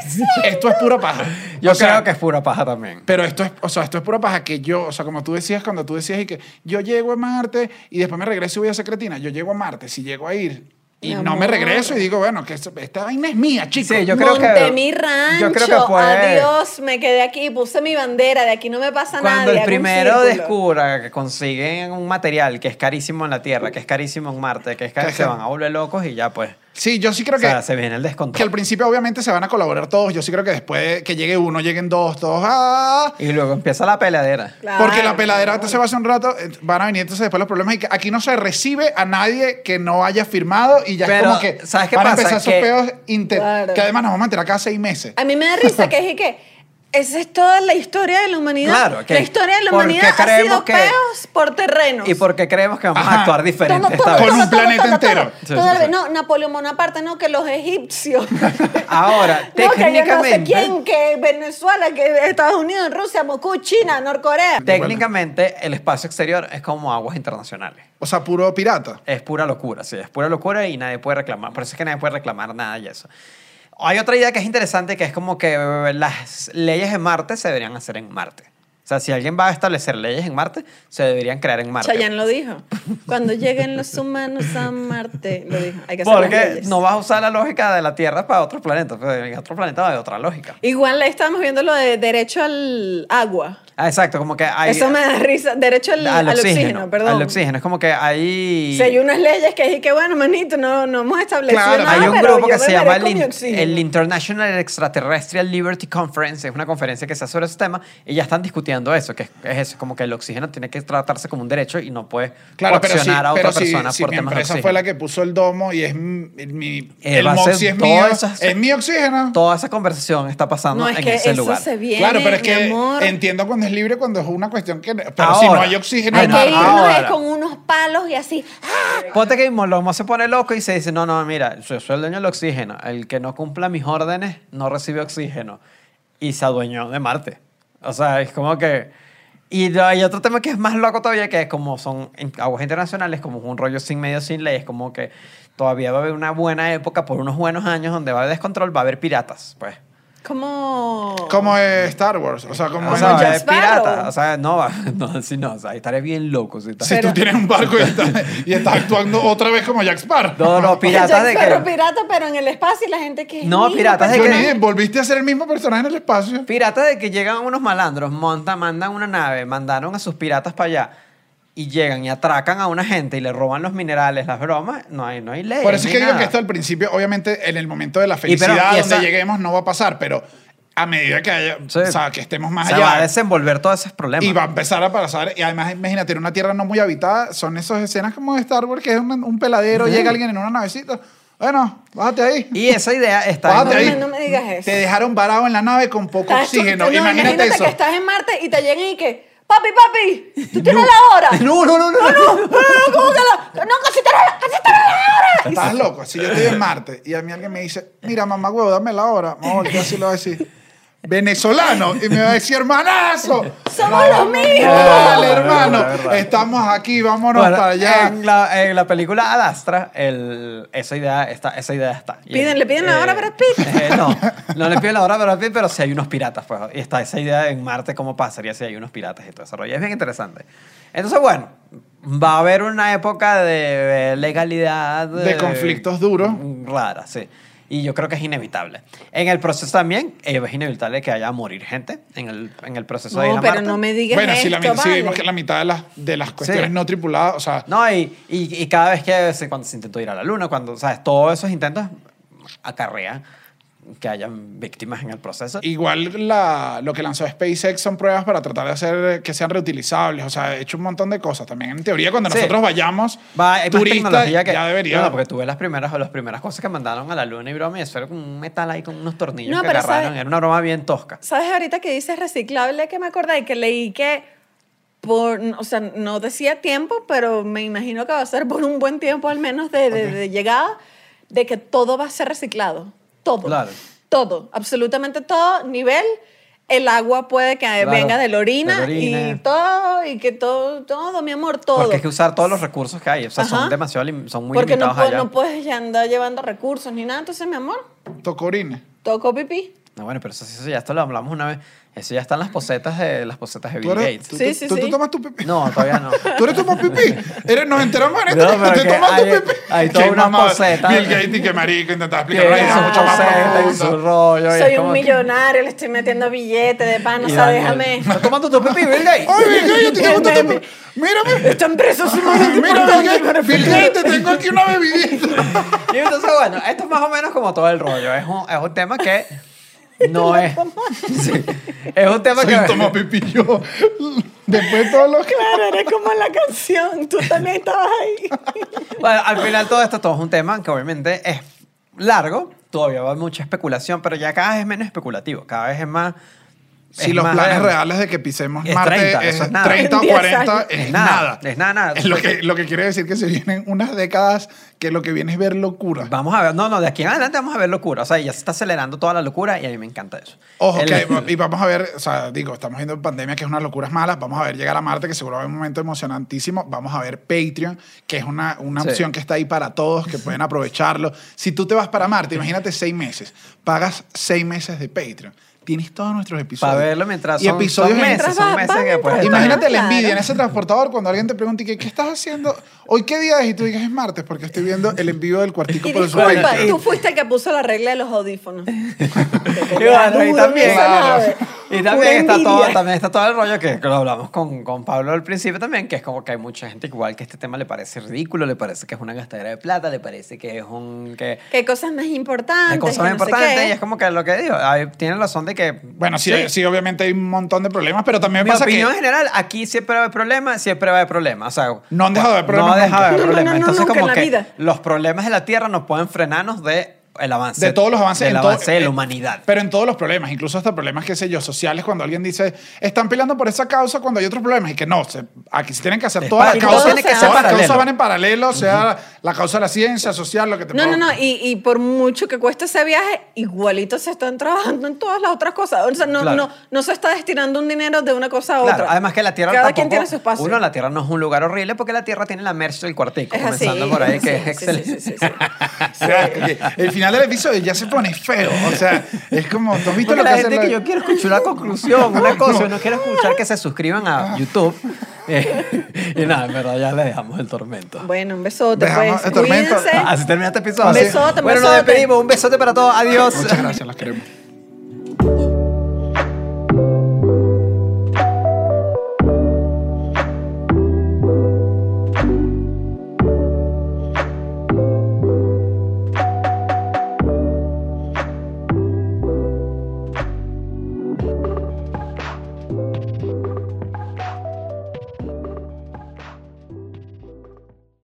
Esto es pura paja. Yo O sea, creo que es pura paja también. Pero esto es, o sea, esto es pura paja que yo, o sea, como tú decías cuando tú decías y que yo llego a Marte y después me regreso y voy a Secretina, yo llego a Marte, si llego a ir y Mi no me amor. regreso y digo, bueno, que esto- esta vaina es mía, chicos. Sí, yo creo que... Monté mi rancho. Yo creo que puede... Adiós, me quedé aquí, puse mi bandera, de aquí no me pasa nada. Cuando el primero descubra que consiguen un material que es carísimo en la Tierra, que es carísimo en Marte, que es carísimo, Ajá. se van a volver locos y ya pues. Sí, yo sí creo o que sea, se viene el Que al descontrol. principio obviamente se van a colaborar todos. Yo sí creo que después que llegue uno, lleguen dos, todos. ¡ah! Y luego empieza la peleadera. Porque la peladera antes se va hace un rato, eh, van a venir entonces después los problemas. Y que aquí no se recibe a nadie que no haya firmado y ya Pero, es como que ¿sabes qué van pasa? a empezar esos Que- peos inter- Claro. que además nos vamos a enterar cada seis meses. A mí me da risa que es y que Esa es toda la historia de la humanidad. Claro, ok. La historia de la Porque humanidad ha creemos sido que- peos por terrenos. Y porque creemos que vamos Ajá. a actuar diferente Todo, esta todo, vez. Con un todo, todo, planeta todo, entero. todo. Sí, Toda sí, la- sí. No, Napoleón Bonaparte, no, que los egipcios. Ahora, No, que yo no sé técnicamente- quién, que Venezuela, que Estados Unidos, Rusia, Moscú, China, Norcorea. Técnicamente, el espacio exterior es como aguas internacionales. O sea, puro pirata. Es pura locura, sí, es pura locura y nadie puede reclamar. Por eso es que nadie puede reclamar nada y eso. Hay otra idea que es interesante, que es como que eh, las leyes de Marte se deberían hacer en Marte. O sea, si alguien va a establecer leyes en Marte, se deberían crear en Marte. Chayanne lo dijo. Cuando lleguen los humanos a Marte, lo dijo. Hay que hacer las Porque leyes. no vas a usar la lógica de la Tierra para otros planetas. pero En otro planeta va a haber otra lógica. Igual ahí estábamos viendo lo de derecho al agua. Ah, exacto, como que hay... Eso me da risa. Derecho al, al oxígeno, perdón. Al oxígeno. Es como que hay... Si hay unas leyes que dije que, bueno, manito, no, no hemos establecido Claro, nada, Hay un pero grupo yo que se beberé llama el, con mi In- oxígeno. el International Extraterrestrial Liberty Conference. Es una conferencia que se hace sobre ese tema y ya están discutiendo eso, que es, es eso, como que el oxígeno tiene que tratarse como un derecho y no puedes Claro, pero si, coaccionar a otra pero si- persona si por mi temas de empresa oxígeno. fue la que puso el domo y es mi, mi- Eh, el va a ser moxie es todo mío, eso- es mi oxígeno. Toda esa conversación está pasando No, es en que ese eso lugar. se viene, claro, pero es mi que amor. entiendo cuando es libre, cuando es una cuestión que... Pero si Ahora. no hay oxígeno, Hay en Bueno, que Marte- irnos ahora. ahí con unos palos y así. ¡Ah! Ponte que Molomo se pone loco y se dice, no, no, mira, yo soy el dueño del oxígeno. El que no cumpla mis órdenes no recibe oxígeno. Y se adueñó de Marte. O sea, es como que... Y lo- hay otro tema que es más loco todavía, que es como son in- aguas internacionales, como un rollo sin medio, sin ley, es como que todavía va a haber una buena época por unos buenos años donde va a haber descontrol, va a haber piratas, pues. Como... Como es Star Wars, o sea, como O es- sea, va a Jack haber Sparrow. piratas, o sea, no, va- no, sí, no, o sea, estaré bien loco. sí, estaré- si tú tienes un barco y estás, y estás actuando otra vez como Jack Sparrow. No, no, piratas de Pero que... pirata, pero en el espacio y la gente que... No, "Mira, piratas de pero- Johnny que- Depp, volviste a ser el mismo personaje en el espacio. Piratas de que llegan unos malandros, montan, mandan una nave, mandaron a sus piratas para allá y llegan y atracan a una gente y le roban los minerales, las bromas, no hay, no hay ley. Por eso es ni que digo nada. que esto al principio, obviamente, en el momento de la pero- felicidad y esa- donde lleguemos no va a pasar, pero a medida que haya, Sí. o sea, que estemos más Se va a allá desenvolver todos esos problemas. y va a empezar a pasar. Y además, imagínate, en una tierra no muy habitada, son esas escenas como de Star Wars que es un, un peladero, llega alguien en una navecita, bueno, bájate ahí. Y esa idea está... Bájate no, ahí. me- no me digas eso. Te dejaron varado en la nave con poco Estás- oxígeno. no, imagínate, eso. que estás en Marte y te llegan y que... Papi, papi, ¿tú tienes la hora? No, no, no, no. no. No, no, ¿cómo que la...? No, casi te la... Casi te la hora. Estás loco. Si yo estoy en Marte y a mí alguien me dice, mira, mamá huevo, dame la hora. Me voy a voltear así y le voy a decir, venezolano. Y me va a decir, hermanazo. Somos los mismos. Dale, no, no, hermano. la verdad. Estamos aquí, vámonos Bueno, eh, para allá. En la, en la película Adastra, el, esa, idea está, esa idea está. Y- Piden- ¿le piden la hora a Brad Pitt? eh, no, no le piden la hora a Brad Pitt, pero sí hay unos piratas. Pues, y está esa idea en Marte, cómo pasaría si hay unos piratas y todo ese rollo. Es bien interesante. Entonces, bueno, va a haber una época de eh, legalidad. De eh, conflictos duros. Rara, sí. Y yo creo que es inevitable. En el proceso también eh, es inevitable que haya a morir gente en el, en el proceso de ir No, a pero Marte. no me digas Bueno, esto, si, la, mi- si vale. vimos que la mitad de las, de las cuestiones Sí. no tripuladas, o sea, No, y, y, y cada vez que se, cuando se intentó ir a la luna, cuando, ¿sabes? Todos esos intentos acarrean que hayan víctimas en el proceso. Y igual la, lo que lanzó SpaceX son pruebas para tratar de hacer que sean reutilizables. O sea, he hecho un montón de cosas. También, en teoría, cuando Sí. nosotros vayamos, va, hay más turistas, tecnología que... ya debería. No, porque tú ves las primeras, las primeras cosas que mandaron a la luna y broma, y eso era con un metal ahí con unos tornillos No, que pero agarraron. ¿sabes? Era una broma bien tosca. ¿Sabes ahorita que dices reciclable que me acordé que leí que por, o sea, no decía tiempo, pero me imagino que va a ser por un buen tiempo al menos de, de- de llegada, de que todo va a ser reciclado. Todo. Claro. Todo, absolutamente todo, nivel. El agua puede que Claro, venga de la orina, de la orina. y todo, y que todo, todo, mi amor, todo. Porque hay que usar todos los recursos que hay. O sea, Ajá. son demasiado, lim- son muy Porque no, limitados puedo- allá. no puedes ya andar llevando recursos ni nada, entonces, mi amor, Tocorines. toco pipí. No, bueno, pero eso, eso ya esto lo hablamos una vez. Eso ya están las posetas de, las posetas de ¿Tú, Bill eres, Gates. tú, Sí, tú- sí, tú- sí. tú tomas tu pipí. No, todavía no. Tú eres tomas pipí. Eres, nos enteramos en No, esto. pero te que tomas tu hay- pipí. hay toda Qué una mamada. poseta. Bill Gates y que marico intentaba explicarlo. Tiene ahí, su es mucho más poseta y su profundo. rollo. y es Soy un como que- millonario, le estoy metiendo billetes de pan, o Y sea, Daniel, déjame. ¿Estás tomando tu pipi, Bill Gates? Ay, Bill Gates, yo te tengo Meme. tu pipí. Mírame. Esta empresa es Mira, sumamente Bill importante. Gates, Bill Gates, te tengo aquí una bebidita. Y entonces, bueno, esto es más o menos como todo el rollo. Es un, es un tema que no eh. es... Sí. Es un tema Soy que... un toma pipí yo. Después de todo lo que... Claro, eres como la canción. Tú también estabas ahí. Bueno, al final todo esto todo es un tema que obviamente es largo. Todavía va mucha especulación, pero ya cada vez es menos especulativo. Cada vez es más... Si es los más planes de- reales de que pisemos Es Marte 30, es eso es nada. 30 o En 10 40, años. es, Es nada, nada. es nada, pues. nada. Es lo que, lo que quiere decir que se vienen unas décadas que lo que viene es ver locura. Vamos a ver, no, no, de aquí en adelante vamos a ver locura. O sea, ya se está acelerando toda la locura y a mí me encanta eso. Ojo, El- que, y vamos a ver, o sea, digo, estamos viendo pandemia que es unas locuras malas, vamos a ver llegar a Marte, que seguro va a haber un momento emocionantísimo, vamos a ver Patreon, que es una, una Sí. opción que está ahí para todos, que pueden aprovecharlo. Si tú te vas para Marte, imagínate seis meses, pagas seis meses de Patreon, tienes todos nuestros episodios. Para verlo mientras Y son, episodios son meses, extras. son Mientras va- meses va que puedes mientras- estar- Imagínate la Claro. envidia en ese transportador cuando alguien te pregunta, ¿y qué, qué estás haciendo? ¿Hoy qué día es? Y tú digas, es martes, porque estoy viendo el envío del cuartico Y por el disculpa, Patreon. tú fuiste el que puso la regla de los audífonos. Y bueno, y también, claro. y también está todo, también está todo el rollo que que lo hablamos con, con Pablo al principio también, que es como que hay mucha gente igual que este tema le parece ridículo, le parece que es una gastadera de plata, le parece que es un que Que hay cosas más importantes. hay cosas más que no sé importantes qué. y es como que lo que digo, ahí tiene razón de que Bueno, sí, sí, obviamente hay un montón de problemas, pero también me Mi pasa que... opinión en general, aquí siempre va a haber problemas, siempre va a haber problemas. O sea, No han dejado de haber No problemas ha dejado de haber nunca. No, no, problemas. no, no, Entonces, nunca como en la que vida. los problemas de la Tierra nos pueden frenarnos de el avance. de todos los avances Del en todo- avance de eh, la humanidad. Pero en todos los problemas, incluso hasta problemas, qué sé yo, sociales, cuando alguien dice, están peleando por esa causa cuando hay otros problemas, y que no, se- aquí se tienen que hacer Es todas para- las y todo causas, tiene que ser todas las paralelo. causas van en paralelo, o sea, la causa de la ciencia, social, lo que te No, no, no. provoque. Y, y por mucho que cueste ese viaje, igualito se están trabajando en todas las otras cosas. O sea, no, Claro. no, no se está destinando un dinero de una cosa a otra. Claro, además que la Tierra Cada tampoco, quien tiene su espacio. Uno, la Tierra no es un lugar horrible porque la Tierra tiene la merch del cuartico. es así. comenzando por ahí, que es Sí, sí, excelente. sí, sí, sí, sí. O sea, que el final del episodio ya se pone feo, o sea, es como, ¿tú has visto lo Porque que la hace gente la- que yo quiero escuchar la conclusión, una cosa, yo no quiero escuchar que se suscriban a YouTube. Eh, y nada, en verdad ya le dejamos el tormento. Bueno, un besote, Dejamos pues. el tormento. Cuídense. Así termina este episodio. Un besote, un bueno, nos besote. despedimos. Un besote para todos. Adiós. Muchas gracias, las queremos.